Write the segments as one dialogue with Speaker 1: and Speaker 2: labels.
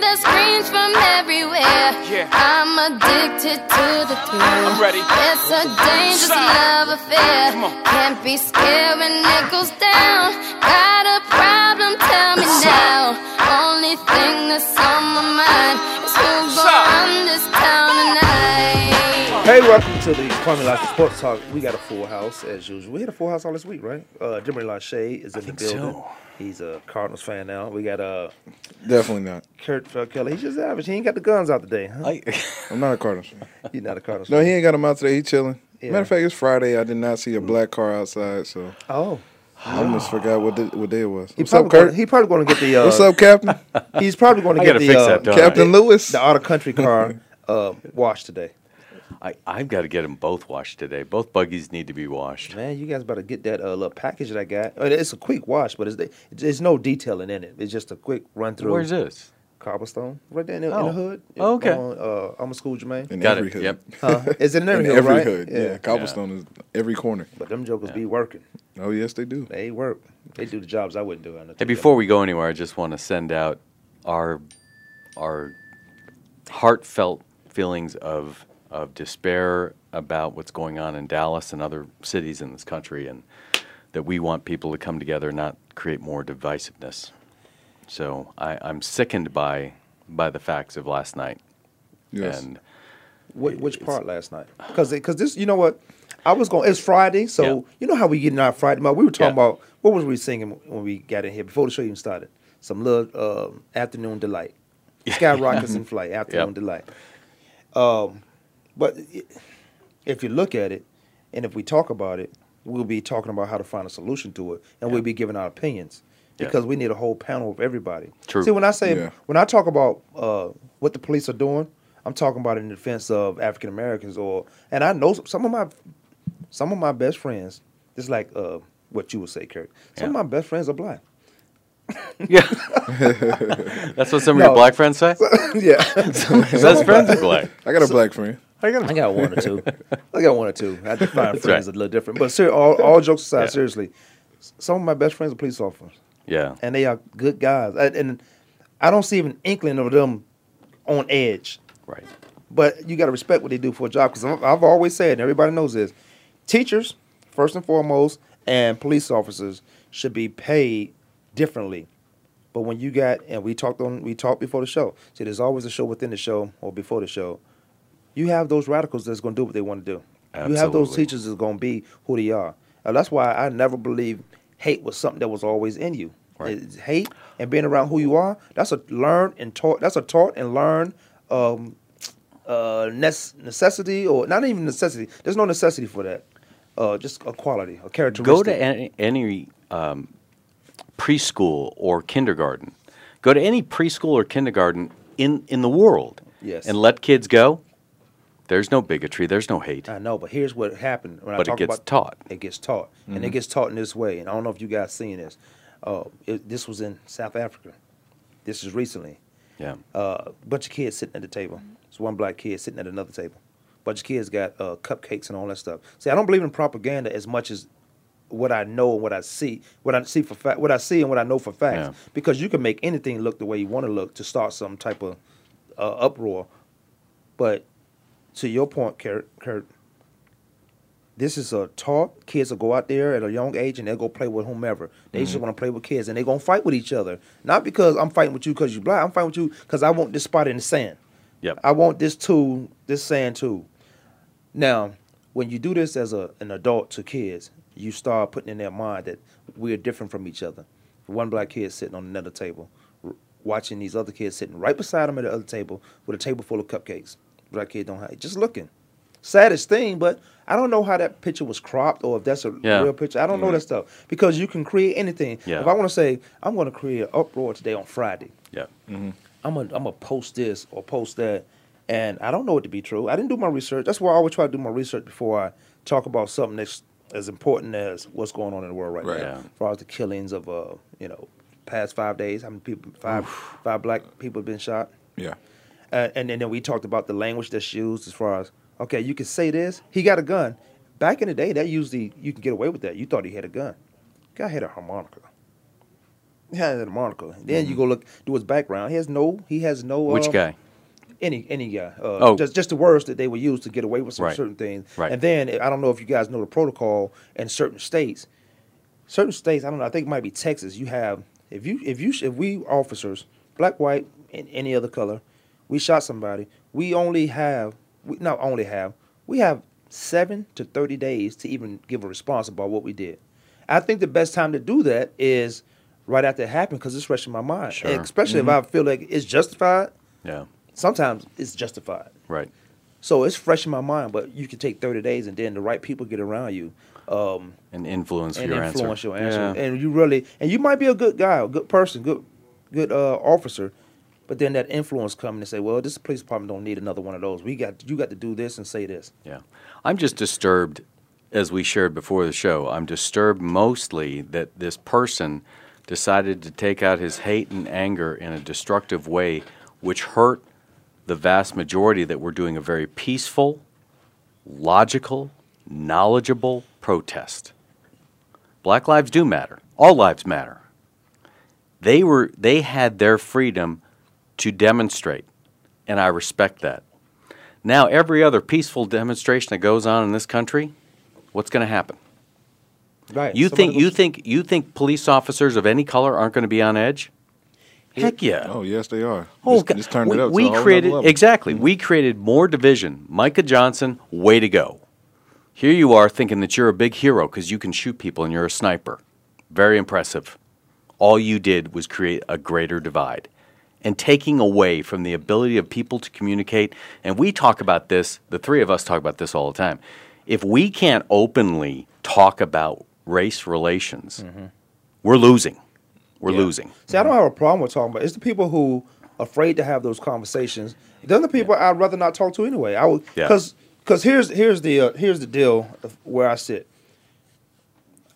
Speaker 1: the screams from everywhere.
Speaker 2: Yeah.
Speaker 1: I'm addicted to the thrill.
Speaker 2: I'm ready.
Speaker 1: It's a dangerous
Speaker 2: Side.
Speaker 1: love affair.
Speaker 2: Come on.
Speaker 1: Can't be scared when it goes down. Got a problem? Tell me now. Only thing that's on my mind is who
Speaker 2: Side.
Speaker 1: run this town tonight.
Speaker 3: Hey, welcome to the Kwame Lashley Sports Talk. We got a full house as usual. We had a full house all this week, right? Uh, Jimmy Lachey is in the
Speaker 2: think
Speaker 3: building.
Speaker 2: so.
Speaker 3: He's a Cardinals fan now. We got uh,
Speaker 4: Definitely not.
Speaker 3: Kurt uh, Kelly. He's just average. He ain't got the guns out today, huh?
Speaker 2: I,
Speaker 4: I'm not a Cardinals fan.
Speaker 3: He's not a Cardinals
Speaker 4: No,
Speaker 3: fan.
Speaker 4: he ain't got him out today. He chilling.
Speaker 3: Yeah.
Speaker 4: Matter of fact, it's Friday. I did not see a black car outside, so
Speaker 3: Oh.
Speaker 4: I almost forgot what, di- what day it was.
Speaker 3: He
Speaker 4: What's up,
Speaker 3: probably gonna-
Speaker 4: Kurt?
Speaker 3: he probably going to get the. Uh,
Speaker 4: What's up, Captain?
Speaker 3: He's probably going to
Speaker 5: I
Speaker 3: get
Speaker 5: gotta
Speaker 3: the,
Speaker 5: fix
Speaker 3: uh,
Speaker 5: that, don't I?
Speaker 4: Captain Lewis?
Speaker 3: the out of country car uh, washed today.
Speaker 5: I, I've got to get them both washed today. Both buggies need to be washed.
Speaker 3: Man, you guys better get that uh, little package that I got. I mean, it's a quick wash, but it's, there's no detailing in it. It's just a quick run through.
Speaker 5: Where's this?
Speaker 3: Cobblestone, right there in the, in
Speaker 5: Oh.
Speaker 3: the hood.
Speaker 5: Oh, okay.
Speaker 3: On, uh, I'm a school Jermaine.
Speaker 4: In
Speaker 5: Got
Speaker 4: every
Speaker 5: it.
Speaker 4: hood.
Speaker 5: Yep.
Speaker 3: Huh? It's in every
Speaker 4: In
Speaker 3: hood,
Speaker 4: every
Speaker 3: right?
Speaker 4: hood. Yeah. Cobblestone is every corner.
Speaker 3: But them jokers be working.
Speaker 4: Oh, yes, they do.
Speaker 3: They work. They do the jobs I wouldn't do. on the
Speaker 5: Hey,
Speaker 3: TV.
Speaker 5: before we go anywhere, I just want to send out our our heartfelt feelings of of despair about what's going on in Dallas and other cities in this country, and that we want people to come together, not create more divisiveness. So I, I'm sickened by by the facts of last night,
Speaker 4: Yes.
Speaker 5: and
Speaker 3: Wh- which part last night? Because because this, you know what? I was going. It's Friday, so
Speaker 5: Yeah.
Speaker 3: you know how we get in our Friday mode. We were talking
Speaker 5: Yeah.
Speaker 3: about what was we singing when we got in here before the show even started. Some little um, afternoon delight, skyrockets in flight, afternoon
Speaker 5: Yep.
Speaker 3: delight. Um, but i- if you look at it, and if we talk about it, we'll be talking about how to find a solution to it, and we'll be giving our opinions
Speaker 5: Yeah.
Speaker 3: because we need a whole panel of everybody.
Speaker 5: True.
Speaker 3: See, when I say
Speaker 4: Yeah.
Speaker 3: when I talk about uh, what the police are doing, I'm talking about in defense of African Americans, or and I know some of my some of my best friends, just like uh, what you would say, Kirk. Some
Speaker 5: Yeah.
Speaker 3: of my best friends are black.
Speaker 5: yeah, that's what some of
Speaker 3: No.
Speaker 5: your black friends say.
Speaker 3: yeah,
Speaker 5: Best friends are black.
Speaker 4: I got a black friend.
Speaker 3: I got, one or two. I got one or two. I define
Speaker 5: That's
Speaker 3: friends
Speaker 5: right.
Speaker 3: a little different, but ser- all, all jokes aside,
Speaker 5: Yeah.
Speaker 3: seriously, s- some of my best friends are police officers.
Speaker 5: Yeah.
Speaker 3: and they are good guys. I, and I don't see even inkling of them on edge.
Speaker 5: Right.
Speaker 3: But you got to respect what they do for a job because I've always said, and everybody knows this: teachers, first and foremost, and police officers should be paid differently. But when you got, and we talked on, we talked before the show. See, there's always a show within the show or before the show. You have those radicals that's going to do what they want to do. You have those
Speaker 5: Absolutely.
Speaker 3: teachers that's going to be who they are. And that's why I never believed hate was something that was always in you.
Speaker 5: Right.
Speaker 3: It's hate and being around who you are. That's a learn and taught. That's a taught and learn um, uh, nes- necessity or not even necessity. There's no necessity for that. Uh, just a quality, a characteristic.
Speaker 5: Go to any, any um, preschool or kindergarten. Go to any preschool or kindergarten in, in the world.
Speaker 3: Yes.
Speaker 5: And let kids go. There's no bigotry. There's no hate.
Speaker 3: I know, but here's what happened when I
Speaker 5: But it
Speaker 3: talk
Speaker 5: gets
Speaker 3: about
Speaker 5: taught. Mm-hmm.
Speaker 3: It gets taught, and it gets taught in this way. And I don't know if you guys seen this. Uh, it, this was in South Africa. This is recently.
Speaker 5: Yeah.
Speaker 3: uh, bunch of kids sitting at the table. It's one black kid sitting at another table. Bunch of kids got uh, cupcakes and all that stuff. See, I don't believe in propaganda as much as what I know and what I see, what I see for fact, what I see and what I know for facts.
Speaker 5: Yeah.
Speaker 3: Because you can make anything look the way you want to look to start some type of uh, uproar. But to your point, Kurt, Kurt, this is a taught. Kids will go out there at a young age and they'll go play with whomever. They just want to play with kids and they're going to fight with each other. Not because I'm fighting with you because you're black. I'm fighting with you because I want this spot in the sand.
Speaker 5: Yep.
Speaker 3: I want this tool, this sand tool. Now, when you do this as a, an adult to kids, you start putting in their mind that we're different from each other. One black kid sitting on another table, r- watching these other kids sitting right beside him at the other table with a table full of cupcakes. Black kid don't have, just looking. saddest thing, but I don't know how that picture was cropped or if that's a
Speaker 5: Yeah. Mm-hmm.
Speaker 3: real picture. I don't know that stuff because you can create anything.
Speaker 5: Yeah.
Speaker 3: If I want to say I'm going to create an uproar today on Friday,
Speaker 5: Yeah. Mm-hmm.
Speaker 3: I'm gonna I'm gonna post this or post that, and I don't know it to be true. I didn't do my research. That's why I always try to do my research before I talk about something that's as important as what's going on in the world right,
Speaker 4: Right.
Speaker 3: now,
Speaker 5: Yeah.
Speaker 3: as far as the killings of uh you know past five days, how many people five five black people have been shot.
Speaker 4: Yeah.
Speaker 3: Uh, and then, then we talked about the language that's used as far as okay, you can say this. He got a gun. Back in the day, that usually you can get away with that. You thought he had a gun. Guy had a harmonica. He had a harmonica. Then you go look do his background. He has no. He has no.
Speaker 5: Mm-hmm. Which
Speaker 3: um,
Speaker 5: guy?
Speaker 3: Any any guy. Uh,
Speaker 5: Oh.
Speaker 3: just just the words that they would use to get away with some
Speaker 5: Right.
Speaker 3: certain things.
Speaker 5: Right.
Speaker 3: And then I don't know if you guys know the protocol in certain states. Certain states, I don't know. I think it might be Texas. You have if you if you if we officers, black, white, and any other color, we shot somebody. We only have we not only have we have seven to thirty days to even give a response about what we did. I think the best time to do that is right after it happened because it's fresh in my mind.
Speaker 5: Sure. Mm-hmm.
Speaker 3: Especially if I feel like it's justified.
Speaker 5: Yeah.
Speaker 3: Sometimes it's justified.
Speaker 5: Right.
Speaker 3: So it's fresh in my mind, but you can take 30 days and then the right people get around you um,
Speaker 5: And influence
Speaker 3: and
Speaker 5: your
Speaker 3: influence
Speaker 5: answer.
Speaker 3: your answer.
Speaker 5: Yeah.
Speaker 3: And you really, and you might be a good guy, a good person, good good uh, officer, but then that influence coming and say, well, this police department don't need another one of those. We got, you got to do this and say this.
Speaker 5: Yeah. I'm just disturbed, as we shared before the show, I'm disturbed mostly that this person decided to take out his hate and anger in a destructive way, which hurt the vast majority that were doing a very peaceful, logical, knowledgeable protest. Black lives do matter. All lives matter. They were they had their freedom to demonstrate, and I respect that. Now, every other peaceful demonstration that goes on in this country, what's going to happen?
Speaker 3: Right.
Speaker 5: You think you think you think police officers of any color aren't going to be on edge? Heck yeah!
Speaker 4: Oh yes, they are.
Speaker 5: Oh,
Speaker 4: Just-
Speaker 5: God.
Speaker 4: just turned
Speaker 5: we,
Speaker 4: it up. to
Speaker 5: we
Speaker 4: a whole nother
Speaker 5: created
Speaker 4: level. Mm-hmm.
Speaker 5: exactly. We created more division. Micah Johnson, way to go! Here you are thinking that you're a big hero because you can shoot people and you're a sniper. Very impressive. All you did was create a greater divide and taking away from the ability of people to communicate. And we talk about this. The three of us talk about this all the time. If we can't openly talk about race relations,
Speaker 3: Mm-hmm.
Speaker 5: we're losing. We're losing.
Speaker 3: See, I don't have a problem with talking about. it. It's the people who afraid to have those conversations. They're the people I'd rather not talk to anyway. I would
Speaker 5: Yeah.
Speaker 3: because because here's here's the uh, here's the deal of where I sit.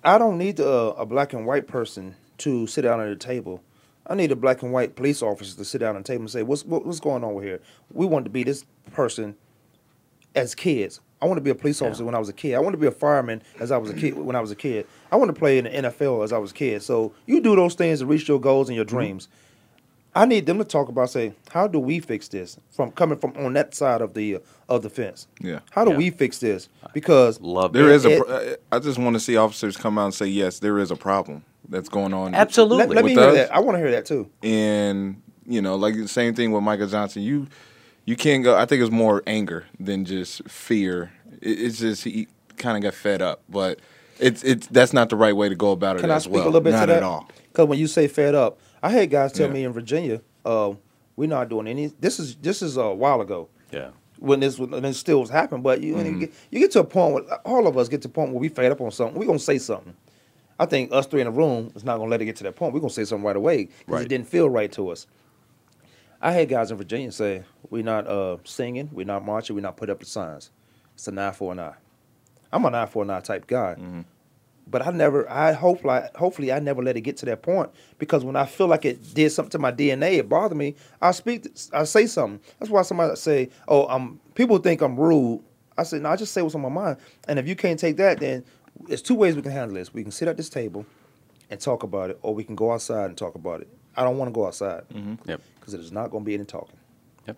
Speaker 3: I don't need a, a black and white person to sit down at a table. I need a black and white police officer to sit down at a table and say, "What's what, what's going on over here? We wanted to be this person as kids. I want to be a police officer when I was a kid. I want to be a fireman as I was a kid when I was a kid. I want to play in the NFL as I was a kid. So you do those things to reach your goals and your
Speaker 5: Mm-hmm.
Speaker 3: dreams. I need them to talk about say, how do we fix this from coming from on that side of the uh, of the fence?
Speaker 4: Yeah.
Speaker 3: How do
Speaker 5: Yeah.
Speaker 3: we fix this? Because
Speaker 5: Love
Speaker 4: There
Speaker 5: it.
Speaker 4: is a.
Speaker 3: It-
Speaker 4: Pr- uh, I just want to see officers come out and say yes, there is a problem that's going on.
Speaker 5: Absolutely.
Speaker 3: let, let me
Speaker 4: With
Speaker 3: hear
Speaker 4: us?
Speaker 3: that. I want to hear that too.
Speaker 4: and you know, like the same thing with Michael Johnson. You you can't go. I think it's more anger than just fear. It, it's just he kind of got fed up, but it's it's that's not the right way to go about it.
Speaker 3: Can I
Speaker 4: as
Speaker 3: speak a
Speaker 4: well.
Speaker 3: little bit
Speaker 4: not
Speaker 3: to that?
Speaker 4: at all.
Speaker 3: Because when you say fed up, I had guys tell
Speaker 4: Yeah.
Speaker 3: me in Virginia, uh, we're not doing any. This is this is uh, a while ago.
Speaker 5: Yeah.
Speaker 3: when this when this still was happening. But you when you get you get to a point where all of us get to a point where we fed up on something. We're gonna say something. I think us three in the room is not gonna let it get to that point. We're gonna say something right away because
Speaker 5: Right.
Speaker 3: it didn't feel right to us. I had guys in Virginia say, "We're not uh, singing, we're not marching, we're not putting up the signs. It's a nine for an eye." I'm a nine for an eye type guy, but I never. I hope like hopefully I never let it get to that point because when I feel like it did something to my DNA, it bothered me. I speak, I say something. That's why somebody say, "Oh, I'm." People think I'm rude. I say, "No, I just say what's on my mind." And if you can't take that, then there's two ways we can handle this. We can sit at this table and talk about it, or we can go outside and talk about it. I don't want to go outside
Speaker 5: Yep.
Speaker 3: because there's not going to be any talking.
Speaker 5: Yep.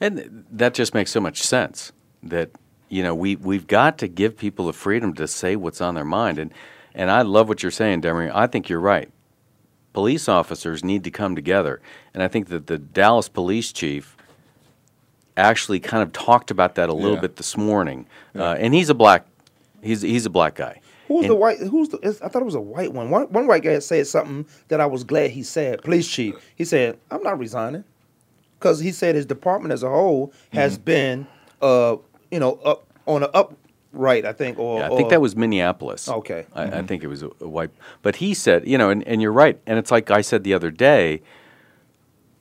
Speaker 5: And th- that just makes so much sense that you know we we've got to give people the freedom to say what's on their mind and and I love what you're saying, Demery. I think you're right. Police officers need to come together, and I think that the Dallas police chief actually kind of talked about that a little
Speaker 4: Yeah.
Speaker 5: bit this morning. Uh, and he's a black, he's he's a black guy.
Speaker 3: Who's
Speaker 5: And-
Speaker 3: the white? Who's the? it's- I thought it was a white one. One one white guy said something that I was glad he said. Police chief. He said, "I'm not resigning,"
Speaker 5: Mm-hmm.
Speaker 3: because he said his department as a whole has been, uh, you know, up on the upright, I think. Or
Speaker 5: Yeah, I think
Speaker 3: or-
Speaker 5: that was Minneapolis.
Speaker 3: Okay. Mm-hmm.
Speaker 5: I, I think it was a, a white. But he said, you know, and, and you're right. And it's like I said the other day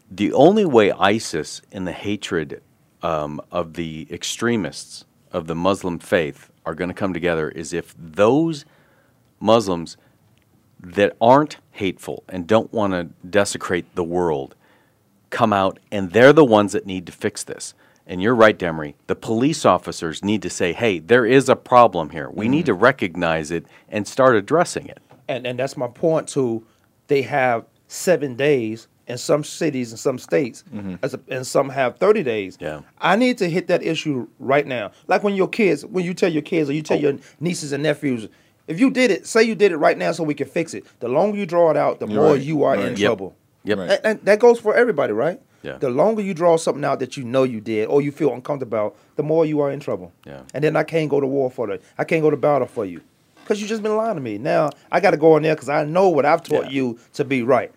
Speaker 5: the only way ISIS and the hatred um, of the extremists of the Muslim faith are going to come together is if those Muslims that aren't hateful and don't want to desecrate the world come out and they're the ones that need to fix this. And you're right, Demery. The police officers need to say, hey, there is a problem here. We need to
Speaker 3: Mm-hmm.
Speaker 5: recognize it and start addressing it.
Speaker 3: and and that's my point too. They have seven days in some cities and some states, as a, and some have thirty days.
Speaker 5: Yeah.
Speaker 3: I need to hit that issue right now. Like when your kids, when you tell your kids or you tell your nieces and nephews, if you did it, say you did it right now, so we can fix it. The longer you draw it out, the more
Speaker 4: right,
Speaker 3: you are
Speaker 4: right.
Speaker 3: in
Speaker 5: Yep,
Speaker 3: trouble.
Speaker 5: yep.
Speaker 4: Right.
Speaker 3: And, and that goes for everybody, right?
Speaker 5: Yeah.
Speaker 3: The longer you draw something out that you know you did or you feel uncomfortable about, the more you are in trouble.
Speaker 5: Yeah.
Speaker 3: And then I can't go to war for that. I can't go to battle for you because you just been lying to me. Now I got to go in there because I know what I've taught
Speaker 5: Yeah.
Speaker 3: you to be right.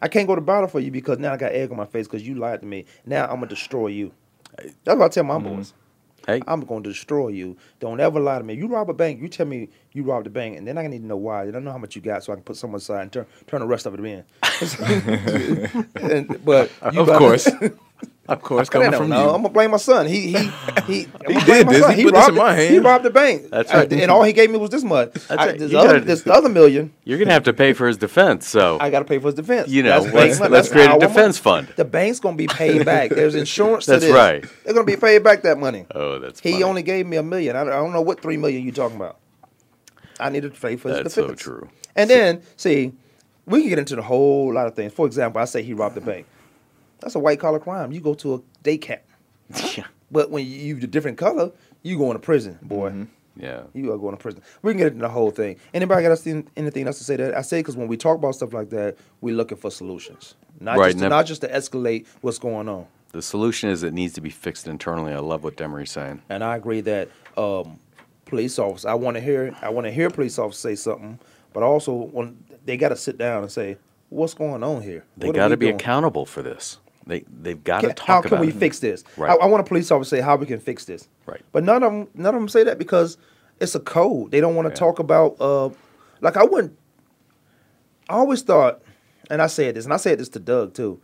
Speaker 3: I can't go to battle for you because now I got egg on my face because you lied to me. Now I'm gonna destroy you. That's what I tell my
Speaker 5: Mm-hmm.
Speaker 3: boys.
Speaker 5: Hey,
Speaker 3: I'm gonna destroy you. Don't ever lie to me. You rob a bank, you tell me you robbed a bank, and then I need to know why. Then I know how much you got, so I can put some aside and turn turn the rest of it in. And- but you
Speaker 4: Of
Speaker 3: got-
Speaker 4: course. Of course,
Speaker 3: I
Speaker 4: coming
Speaker 3: don't
Speaker 4: from
Speaker 3: know. I'm
Speaker 4: you.
Speaker 3: gonna blame my son. He he he. he
Speaker 4: did this. He put this
Speaker 3: robbed
Speaker 4: in my
Speaker 3: the- He
Speaker 4: hand.
Speaker 3: robbed the bank.
Speaker 5: That's
Speaker 3: I-
Speaker 5: right.
Speaker 3: and all he gave me was this much. I-
Speaker 5: right.
Speaker 3: This,
Speaker 5: You
Speaker 3: other,
Speaker 5: gotta-
Speaker 3: this other million,
Speaker 5: you're going to have to pay for his defense. So
Speaker 3: I got to pay for his defense.
Speaker 5: You know,
Speaker 3: bank
Speaker 5: let's-
Speaker 3: money.
Speaker 5: let's create a
Speaker 3: our money.
Speaker 5: defense fund.
Speaker 3: The bank's gonna be paid back. There's insurance. to
Speaker 5: That's
Speaker 3: this.
Speaker 5: right.
Speaker 3: They're gonna be paid back that money.
Speaker 5: Oh, that's
Speaker 3: He
Speaker 5: funny.
Speaker 3: only gave me a million. I don't, I don't know what three million you talking about. I needed to pay for his
Speaker 5: That's so
Speaker 3: defense.
Speaker 5: true.
Speaker 3: And then see, we can get into the whole lot of things. For example, I say he robbed the bank. That's a white collar crime. You go to a day camp.
Speaker 5: yeah.
Speaker 3: But when you you a different color, you going to prison, boy.
Speaker 5: Mm-hmm. Yeah.
Speaker 3: You are going to prison. We can get into the whole thing. Anybody got anything- anything else to say? That I say because when we talk about stuff like that, we're looking for solutions, not
Speaker 5: Right,
Speaker 3: just
Speaker 5: and
Speaker 3: to,
Speaker 5: that-
Speaker 3: not just to escalate what's going on.
Speaker 5: The solution is it needs to be fixed internally. I love what Demery's saying.
Speaker 3: And I agree that um, police officers. I want to hear. I want to hear police officers say something, but also when they got to sit down and say, "What's going on here?
Speaker 5: They
Speaker 3: What are
Speaker 5: got to
Speaker 3: we
Speaker 5: be
Speaker 3: doing?
Speaker 5: accountable for this. They they've got to
Speaker 3: Can-
Speaker 5: talk
Speaker 3: how
Speaker 5: about
Speaker 3: can we
Speaker 5: it.
Speaker 3: fix this?
Speaker 5: Right.
Speaker 3: I, I want a police officer to say how we can fix this.
Speaker 5: Right.
Speaker 3: But none of them, none of them say that because it's a code. They don't want to
Speaker 5: Yeah.
Speaker 3: talk about. Uh, like I wouldn't. I always thought, and I said this, and I said this to Doug too.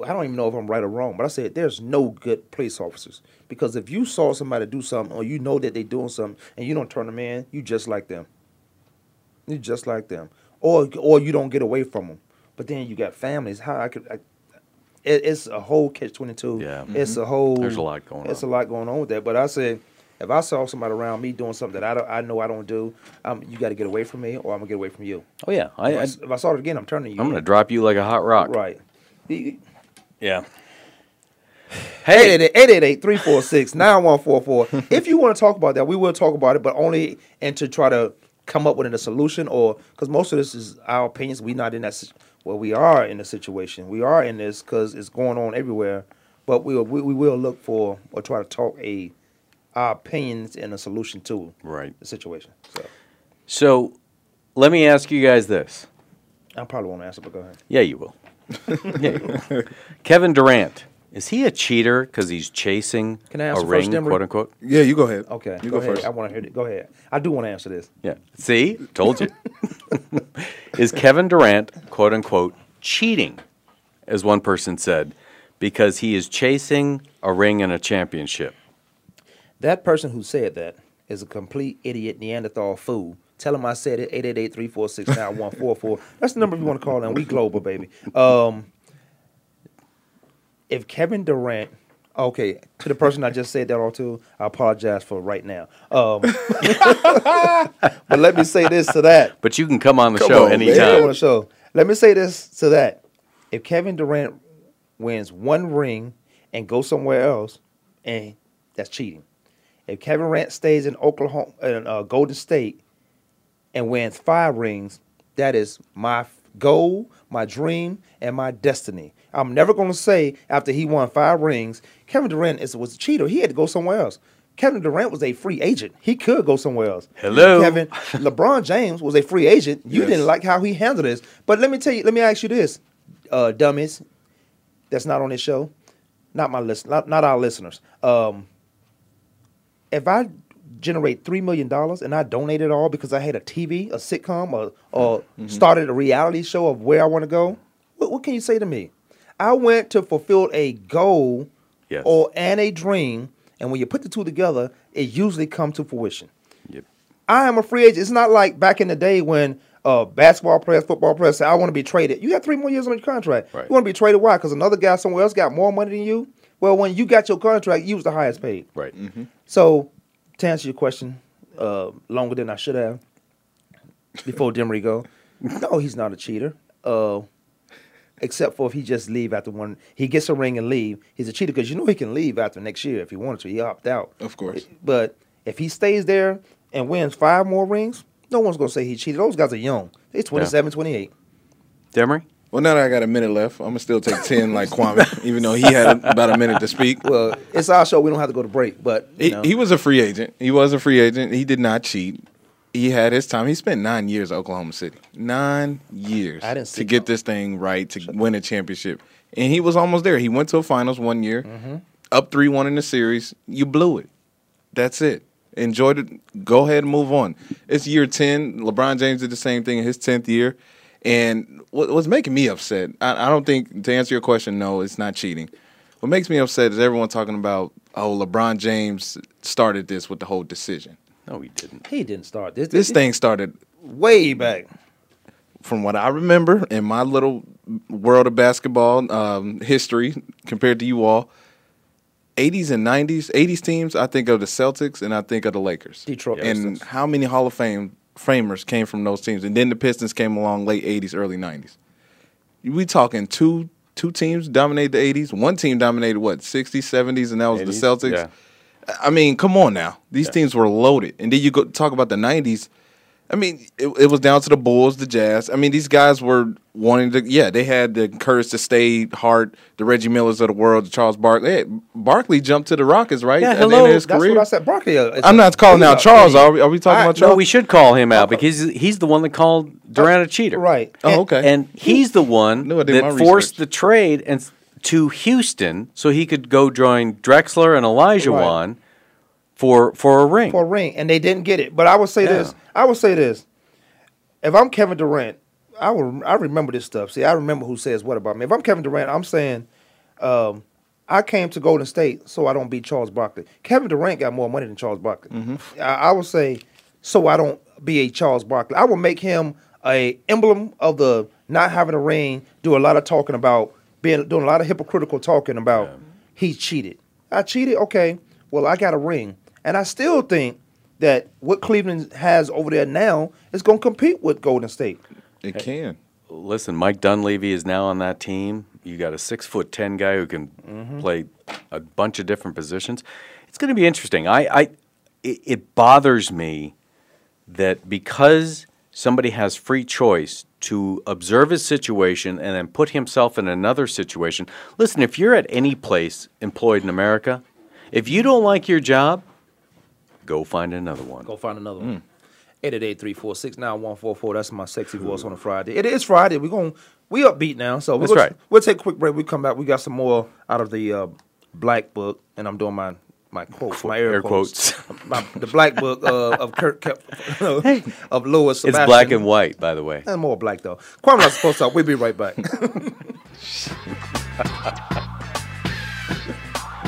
Speaker 3: I don't even know if I'm right or wrong, but I said there's no good police officers because if you saw somebody do something or you know that they're doing something and you don't turn them in, you just like them. You just like them, or or you don't get away from them. But then you got families. How I could, I, it, it's a whole catch twenty two.
Speaker 5: Yeah.
Speaker 3: it's a whole.
Speaker 5: There's a lot going
Speaker 3: It's
Speaker 5: on.
Speaker 3: a lot going on with that. But I said, if I saw somebody around me doing something that I don't, I know I don't do, um, you got to get away from me, or I'm gonna get away from you.
Speaker 5: Oh yeah, I,
Speaker 3: If I,
Speaker 5: I
Speaker 3: s- if I saw it again, I'm turning you.
Speaker 5: I'm gonna
Speaker 3: in.
Speaker 5: drop you like a hot rock.
Speaker 3: right. Hey,
Speaker 5: Yeah.
Speaker 3: 888-346-9144. if you want to talk about that, we will talk about it, but only and to try to come up with a solution or because most of this is our opinions. We're not in that sit- well, we are in the situation. We are in this because it's going on everywhere. But we, will- we we will look for or try to talk a our opinions and a solution to
Speaker 5: Right.
Speaker 3: the situation. So
Speaker 5: So, let me ask you guys this.
Speaker 3: I probably won't answer, but go ahead.
Speaker 5: Yeah, you will. yeah, you will. Kevin Durant is he a cheater because he's chasing
Speaker 3: Can I answer
Speaker 5: a
Speaker 3: first,
Speaker 5: ring,
Speaker 3: Demery?
Speaker 5: quote unquote?
Speaker 4: Yeah, you go ahead.
Speaker 3: Okay,
Speaker 4: you
Speaker 3: go,
Speaker 4: go,
Speaker 3: ahead.
Speaker 4: first.
Speaker 3: I want to hear it. Go ahead. I do want to answer this.
Speaker 5: Yeah. See, told you. is Kevin Durant, quote unquote, cheating, as one person said, because he is chasing a ring and a championship?
Speaker 3: That person who said that is a complete idiot Neanderthal fool. Tell him I said it, 888-346-9144. That's the number if you want to call in. We global, baby. Um, if Kevin Durant, okay, to the person I just said that all to, I apologize for right now. Um, but let me say this to that.
Speaker 5: But you can come on the
Speaker 4: Come
Speaker 5: show
Speaker 4: on, man.
Speaker 3: Yeah,
Speaker 5: anytime.
Speaker 3: on the show. Let me say this to that. If Kevin Durant wins one ring and goes somewhere else, and that's cheating. If Kevin Durant stays in Oklahoma in uh, Golden State and wins five rings, that is my f- goal, my dream, and my destiny. I'm never going to say after he won five rings, Kevin Durant is, was a cheater. He had to go somewhere else. Kevin Durant was a free agent. He could go somewhere else.
Speaker 5: Hello.
Speaker 3: Kevin. LeBron James was a free agent. You
Speaker 4: Yes.
Speaker 3: didn't like how he handled this. But let me tell you, let me ask you this, uh, dummies that's not on this show, not my listen, not, not our listeners. Um, if I generate three million dollars and I donate it all because I had a TV, a sitcom, or or started a reality show of where I want to go, what, what can you say to me? I went to fulfill a goal
Speaker 5: Yes.
Speaker 3: or and a dream, and when you put the two together, it usually comes to fruition.
Speaker 5: Yep.
Speaker 3: I am a free agent. It's not like back in the day when uh, basketball players, football players say, I want to be traded. You got three more years on your contract.
Speaker 5: Right.
Speaker 3: You want to be traded. Why? Because another guy somewhere else got more money than you. Well, when you got your contract, you was the highest paid.
Speaker 5: Right.
Speaker 4: Mm-hmm.
Speaker 3: So, to answer your question, uh, longer than I should have, before Demery go, no, he's not a cheater. Uh, except for if he just leave after one, he gets a ring and leave. He's a cheater because you know he can leave after next year if he wanted to. He opt out.
Speaker 4: Of course.
Speaker 3: But if he stays there and wins five more rings, no one's gonna say he cheated. Those guys are young. They're 27, 28.
Speaker 5: Demery?
Speaker 4: Well, now that I got a minute left, I'm gonna still take ten like Kwame, even though he had about a minute to speak.
Speaker 3: Well, it's our show. We don't have to go to break, but you
Speaker 4: He,
Speaker 3: know.
Speaker 4: he was a free agent. He was a free agent. He did not cheat. He had his time. He spent nine years at Oklahoma City. Nine years
Speaker 3: I didn't see
Speaker 4: to get
Speaker 3: that.
Speaker 4: this thing right to win a championship, and he was almost there. He went to a finals one year,
Speaker 3: Mm-hmm.
Speaker 4: up three one in the series. You blew it. That's it. Enjoy it. Go ahead and move on. It's year ten. LeBron James did the same thing in his tenth year, and what what's making me upset. I, I don't think to answer your question. No, it's not cheating. What makes me upset is everyone talking about oh LeBron James started this with the whole decision.
Speaker 5: No, he didn't.
Speaker 3: he didn't start this.
Speaker 4: This thing started
Speaker 3: way back.
Speaker 4: from what I remember in my little world of basketball um, history compared to you all. 80s and 90s, 80s teams, I think of the Celtics and I think of the Lakers.
Speaker 3: Detroit
Speaker 4: And
Speaker 3: Pistons.
Speaker 4: how many Hall of Fame framers came from those teams? And then the Pistons came along late 80s, early 90s. We talking two two teams dominated the 80s, one team dominated what, 60s, 70s, and that was the
Speaker 5: 80s?
Speaker 4: Celtics.
Speaker 5: Yeah.
Speaker 4: I mean, come on now. These teams were loaded. And then you go talk about the 90s. I mean, it, it was down to the Bulls, the Jazz. I mean, these guys were wanting to, yeah, they had the courage to stay hard, the Reggie Millers of the world, the Charles Barkley. Hey, Barkley jumped to the Rockets, right?
Speaker 3: Yeah,
Speaker 4: At the end
Speaker 3: hello.
Speaker 4: of his
Speaker 3: That's
Speaker 4: career.
Speaker 3: what I said. Barkley. uh, is
Speaker 4: I'm
Speaker 3: a-
Speaker 4: not calling
Speaker 3: he's
Speaker 4: out
Speaker 3: a-
Speaker 4: Charles. Are we, are we talking
Speaker 3: I-
Speaker 4: about Charles?
Speaker 5: No, we should call him out because he's the one that called Durant a cheater.
Speaker 3: Right.
Speaker 4: Oh, okay.
Speaker 5: And he's the one
Speaker 4: Knew I did
Speaker 5: that
Speaker 4: my
Speaker 5: forced
Speaker 4: research.
Speaker 5: the trade and s- to Houston so he could go join Drexler and Elijah
Speaker 3: Right.
Speaker 5: Wan for for a ring.
Speaker 3: for a ring, and they didn't get it. But I would say this.
Speaker 5: Yeah.
Speaker 3: I would say this. If I'm Kevin Durant, I will. I remember this stuff. See, I remember who says what about me. If I'm Kevin Durant, I'm saying, um, I came to Golden State so I don't beat Charles Barkley. Kevin Durant got more money than Charles Barkley. I, I would say so I don't be a Charles Barkley. I will make him a emblem of the not having a ring. Do a lot of talking about being doing a lot of hypocritical talking about he cheated. I cheated. Okay. Well, I got a ring, and I still think that what Cleveland has over there now is going to compete with Golden State.
Speaker 4: it can.
Speaker 5: Listen, Mike Dunleavy is now on that team. You got a six foot ten guy who can play a bunch of different positions. It's going to be interesting. I, I it, it bothers me that because somebody has free choice to observe his situation and then put himself in another situation. Listen, if you're at any place employed in America, if you don't like your job, go find another one.
Speaker 3: Go find another
Speaker 5: Mm.
Speaker 3: one. 888-346-9144. That's my sexy voice on a Friday. It is Friday. We're going we upbeat now. So we're
Speaker 5: That's
Speaker 3: gonna,
Speaker 5: right.
Speaker 3: we'll take a quick break. We come back. We got some more out of the uh, black book. And I'm doing my my quotes, my air,
Speaker 5: air
Speaker 3: quotes. my, the black book uh, of Kurt Kep, of Lewis
Speaker 5: It's
Speaker 3: Sebastian.
Speaker 5: black and white, by the way.
Speaker 3: And more black though. Kwame not supposed to. We'll be right back.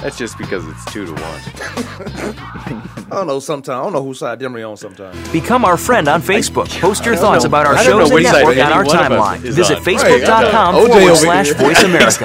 Speaker 5: That's just because it's two to one.
Speaker 3: I don't know sometimes. I don't know whose side Demery on sometimes.
Speaker 2: Become our friend on Facebook. Post your
Speaker 5: I don't
Speaker 2: thoughts
Speaker 5: know.
Speaker 2: about our
Speaker 5: I don't
Speaker 2: shows
Speaker 5: know
Speaker 2: and
Speaker 5: which side
Speaker 2: network on
Speaker 5: any
Speaker 2: our
Speaker 5: one of us
Speaker 2: timeline.
Speaker 5: is
Speaker 2: Visit
Speaker 5: on.
Speaker 2: facebook.com
Speaker 4: Right, I got it. OJ
Speaker 2: forward
Speaker 4: over
Speaker 2: slash
Speaker 4: here.
Speaker 2: voice America.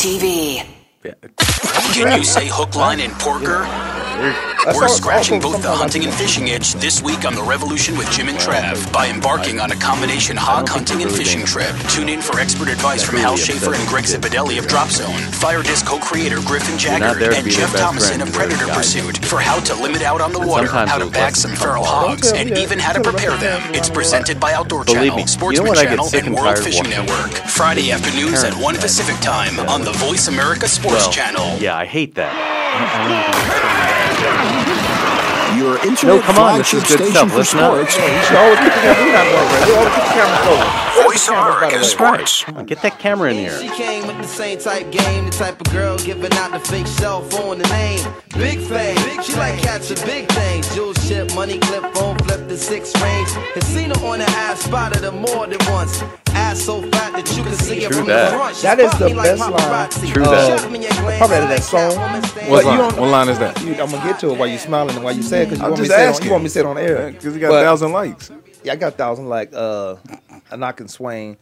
Speaker 6: Can you say hook, line, and porker?
Speaker 7: We're
Speaker 3: all-
Speaker 7: scratching
Speaker 3: also
Speaker 7: both the
Speaker 3: sometimes I
Speaker 7: hunting
Speaker 3: do
Speaker 7: and
Speaker 3: that.
Speaker 7: fishing itch this week on The Revolution with Jim and Trav by embarking on a combination hog hunting and fishing trip. Tune in for expert advice from Hal Schaefer and Greg Zipadelli of Drop Zone, Fire Disc co-creator Griffin
Speaker 5: not
Speaker 7: Jagger,
Speaker 5: there to
Speaker 7: and
Speaker 5: be their
Speaker 7: Jeff
Speaker 5: best
Speaker 7: Thomason
Speaker 5: friend,
Speaker 7: of
Speaker 5: you're their
Speaker 7: Predator
Speaker 5: guide.
Speaker 7: Pursuit for how to limit out on the water,
Speaker 5: sometimes "Oh,
Speaker 7: how to
Speaker 5: those
Speaker 7: bag
Speaker 5: lessons
Speaker 7: some
Speaker 5: come
Speaker 7: feral
Speaker 5: from-
Speaker 7: hogs, and
Speaker 3: Yeah,
Speaker 7: even how to
Speaker 3: tell me
Speaker 7: prepare
Speaker 3: about
Speaker 7: them.
Speaker 3: that.
Speaker 7: It's presented by Outdoor
Speaker 5: Believe
Speaker 7: Channel,
Speaker 5: me, you know
Speaker 7: Sportsman
Speaker 5: what I get
Speaker 7: Channel,
Speaker 5: sick
Speaker 7: and
Speaker 5: and
Speaker 7: World
Speaker 5: tired of
Speaker 7: Fishing
Speaker 5: watching?
Speaker 7: Network. Friday afternoons at
Speaker 5: Parents
Speaker 7: 1
Speaker 5: that-
Speaker 7: Pacific Time on the Voice America Sports
Speaker 5: Well,
Speaker 7: Channel.
Speaker 5: Yeah, I hate that.
Speaker 6: Your internet
Speaker 5: come on, this
Speaker 6: flagship
Speaker 5: is good
Speaker 6: station
Speaker 5: stuff.
Speaker 6: for
Speaker 5: Listen up.
Speaker 6: sports
Speaker 3: You should always keep the camera. We not going, bro. We always keep the camera going.
Speaker 7: Voice America Sports.
Speaker 5: Come on, get that camera in
Speaker 8: She
Speaker 5: here.
Speaker 8: came with the same type game, the type of girl giving out the fake cell phone the name. Big fame, she like catching big things. Jewel ship, money clip, phone flip the six range. Has seen her on the ass, spotted her more than once. Ass so fat that you can see it
Speaker 5: True
Speaker 8: from
Speaker 5: that.
Speaker 8: the front. She
Speaker 3: That is
Speaker 8: spot
Speaker 3: the
Speaker 8: me like
Speaker 3: best line.
Speaker 8: paparazzi.
Speaker 5: True that.
Speaker 8: Shot me in your
Speaker 3: I
Speaker 8: glance
Speaker 3: probably added
Speaker 8: like
Speaker 3: that song.
Speaker 8: woman stand
Speaker 3: But
Speaker 4: What
Speaker 3: you
Speaker 4: line?
Speaker 3: don't-
Speaker 4: What line is that?
Speaker 3: You, I'm gonna get to it while you're smiling and while you say it because you,
Speaker 4: I'm
Speaker 3: want me to
Speaker 4: just
Speaker 3: say it on-
Speaker 4: asking.
Speaker 3: you want me to say it on air.
Speaker 4: Because he got
Speaker 3: But-
Speaker 4: a thousand likes.
Speaker 3: Yeah, I got a thousand like uh, Anak and Swain,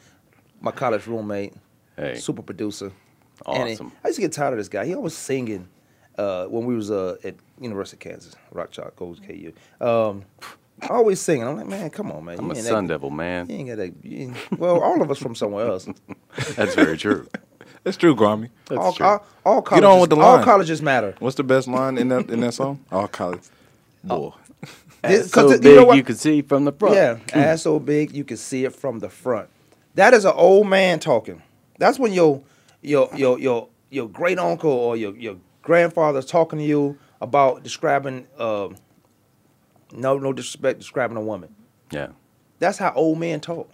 Speaker 3: my college roommate,
Speaker 5: Hey.
Speaker 3: super producer.
Speaker 5: Awesome.
Speaker 3: And I used to get tired of this guy. He always singing uh, when we was uh, at University of Kansas, Rock Chalk, Goes KU. Um, always singing. I'm like, man, come on, man.
Speaker 5: I'm
Speaker 3: You
Speaker 5: a
Speaker 3: ain't
Speaker 5: sun
Speaker 3: that,
Speaker 5: devil,
Speaker 3: You
Speaker 5: man.
Speaker 3: ain't got that. You ain't, well, all of us from somewhere else.
Speaker 5: That's very true.
Speaker 4: That's true, Grammy.
Speaker 3: all,
Speaker 5: true.
Speaker 3: all, all colleges,
Speaker 4: Get on with the
Speaker 3: all
Speaker 4: line.
Speaker 3: colleges matter.
Speaker 4: What's the best line in that in that song? Oh. All college. Boy.
Speaker 3: This- 'cause
Speaker 5: So
Speaker 3: th-
Speaker 5: big
Speaker 3: you know what?
Speaker 5: you could see from the front. Hmm.
Speaker 3: Yeah, ass so big you can see it from the front. That is an old man talking. That's when your your your your your great uncle or your your grandfather's talking to you about describing. Uh, no, no disrespect, describing a woman.
Speaker 5: Yeah.
Speaker 3: That's how old men talk.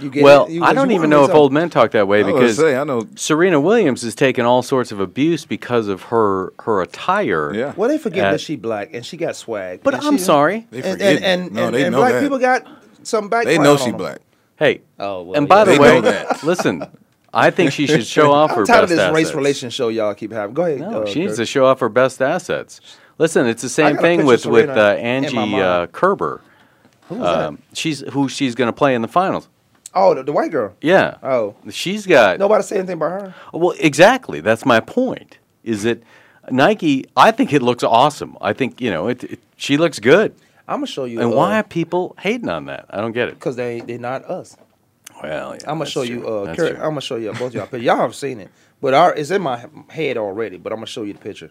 Speaker 3: You get
Speaker 5: Well,
Speaker 3: it? You-
Speaker 5: I
Speaker 3: 'cause
Speaker 5: don't
Speaker 3: you wanna
Speaker 5: even know
Speaker 3: be
Speaker 5: if
Speaker 3: something.
Speaker 5: old men talk that way
Speaker 4: I was gonna
Speaker 5: because
Speaker 4: say, I know-
Speaker 5: Serena Williams has taken all sorts of abuse because of her her attire.
Speaker 4: Yeah.
Speaker 3: Well, they forget
Speaker 5: Uh,
Speaker 3: that she black and she got swag.
Speaker 5: But
Speaker 3: and
Speaker 5: I'm
Speaker 3: she-
Speaker 5: sorry.
Speaker 4: They
Speaker 3: and
Speaker 4: forget
Speaker 3: and
Speaker 4: it.
Speaker 3: and,
Speaker 4: No,
Speaker 3: and,
Speaker 4: they
Speaker 3: and
Speaker 4: know
Speaker 3: black
Speaker 4: that.
Speaker 3: people got some background.
Speaker 4: They know
Speaker 3: on
Speaker 4: she
Speaker 3: them.
Speaker 4: black.
Speaker 5: Hey.
Speaker 3: Oh, well,
Speaker 5: and by the
Speaker 4: yeah.
Speaker 5: way,
Speaker 4: They know that.
Speaker 5: listen, I think she should show off her
Speaker 3: I'm tired of
Speaker 5: best
Speaker 3: this race
Speaker 5: assets.
Speaker 3: relation show y'all keep having. Go ahead.
Speaker 5: No,
Speaker 3: uh,
Speaker 5: she needs
Speaker 3: Kurt.
Speaker 5: to show off her best assets. Listen, it's the same
Speaker 3: got a
Speaker 5: thing
Speaker 3: picture
Speaker 5: with
Speaker 3: of
Speaker 5: with uh,
Speaker 3: Serena in my
Speaker 5: Angie
Speaker 3: mind.
Speaker 5: uh, Kerber.
Speaker 3: Who
Speaker 5: Um,
Speaker 3: was that?
Speaker 5: she's who she's going to play in the finals.
Speaker 3: Oh, the, the white girl.
Speaker 5: Yeah.
Speaker 3: Oh.
Speaker 5: She's got
Speaker 3: Nobody say anything about her.
Speaker 5: Well, exactly. That's my point. Is that Nike? I think it looks awesome. I think you know it. it she looks good.
Speaker 3: I'm gonna show you.
Speaker 5: And why are people hating on that? I don't get it.
Speaker 3: Because they they not us.
Speaker 5: Well, yeah,
Speaker 3: I'm gonna
Speaker 5: that's
Speaker 3: show you.
Speaker 5: true.
Speaker 3: Uh,
Speaker 5: That's
Speaker 3: Kurt,
Speaker 5: true.
Speaker 3: I'm gonna show you both y'all. But y'all have seen it. But our, it's in my head already. But I'm gonna show you the picture.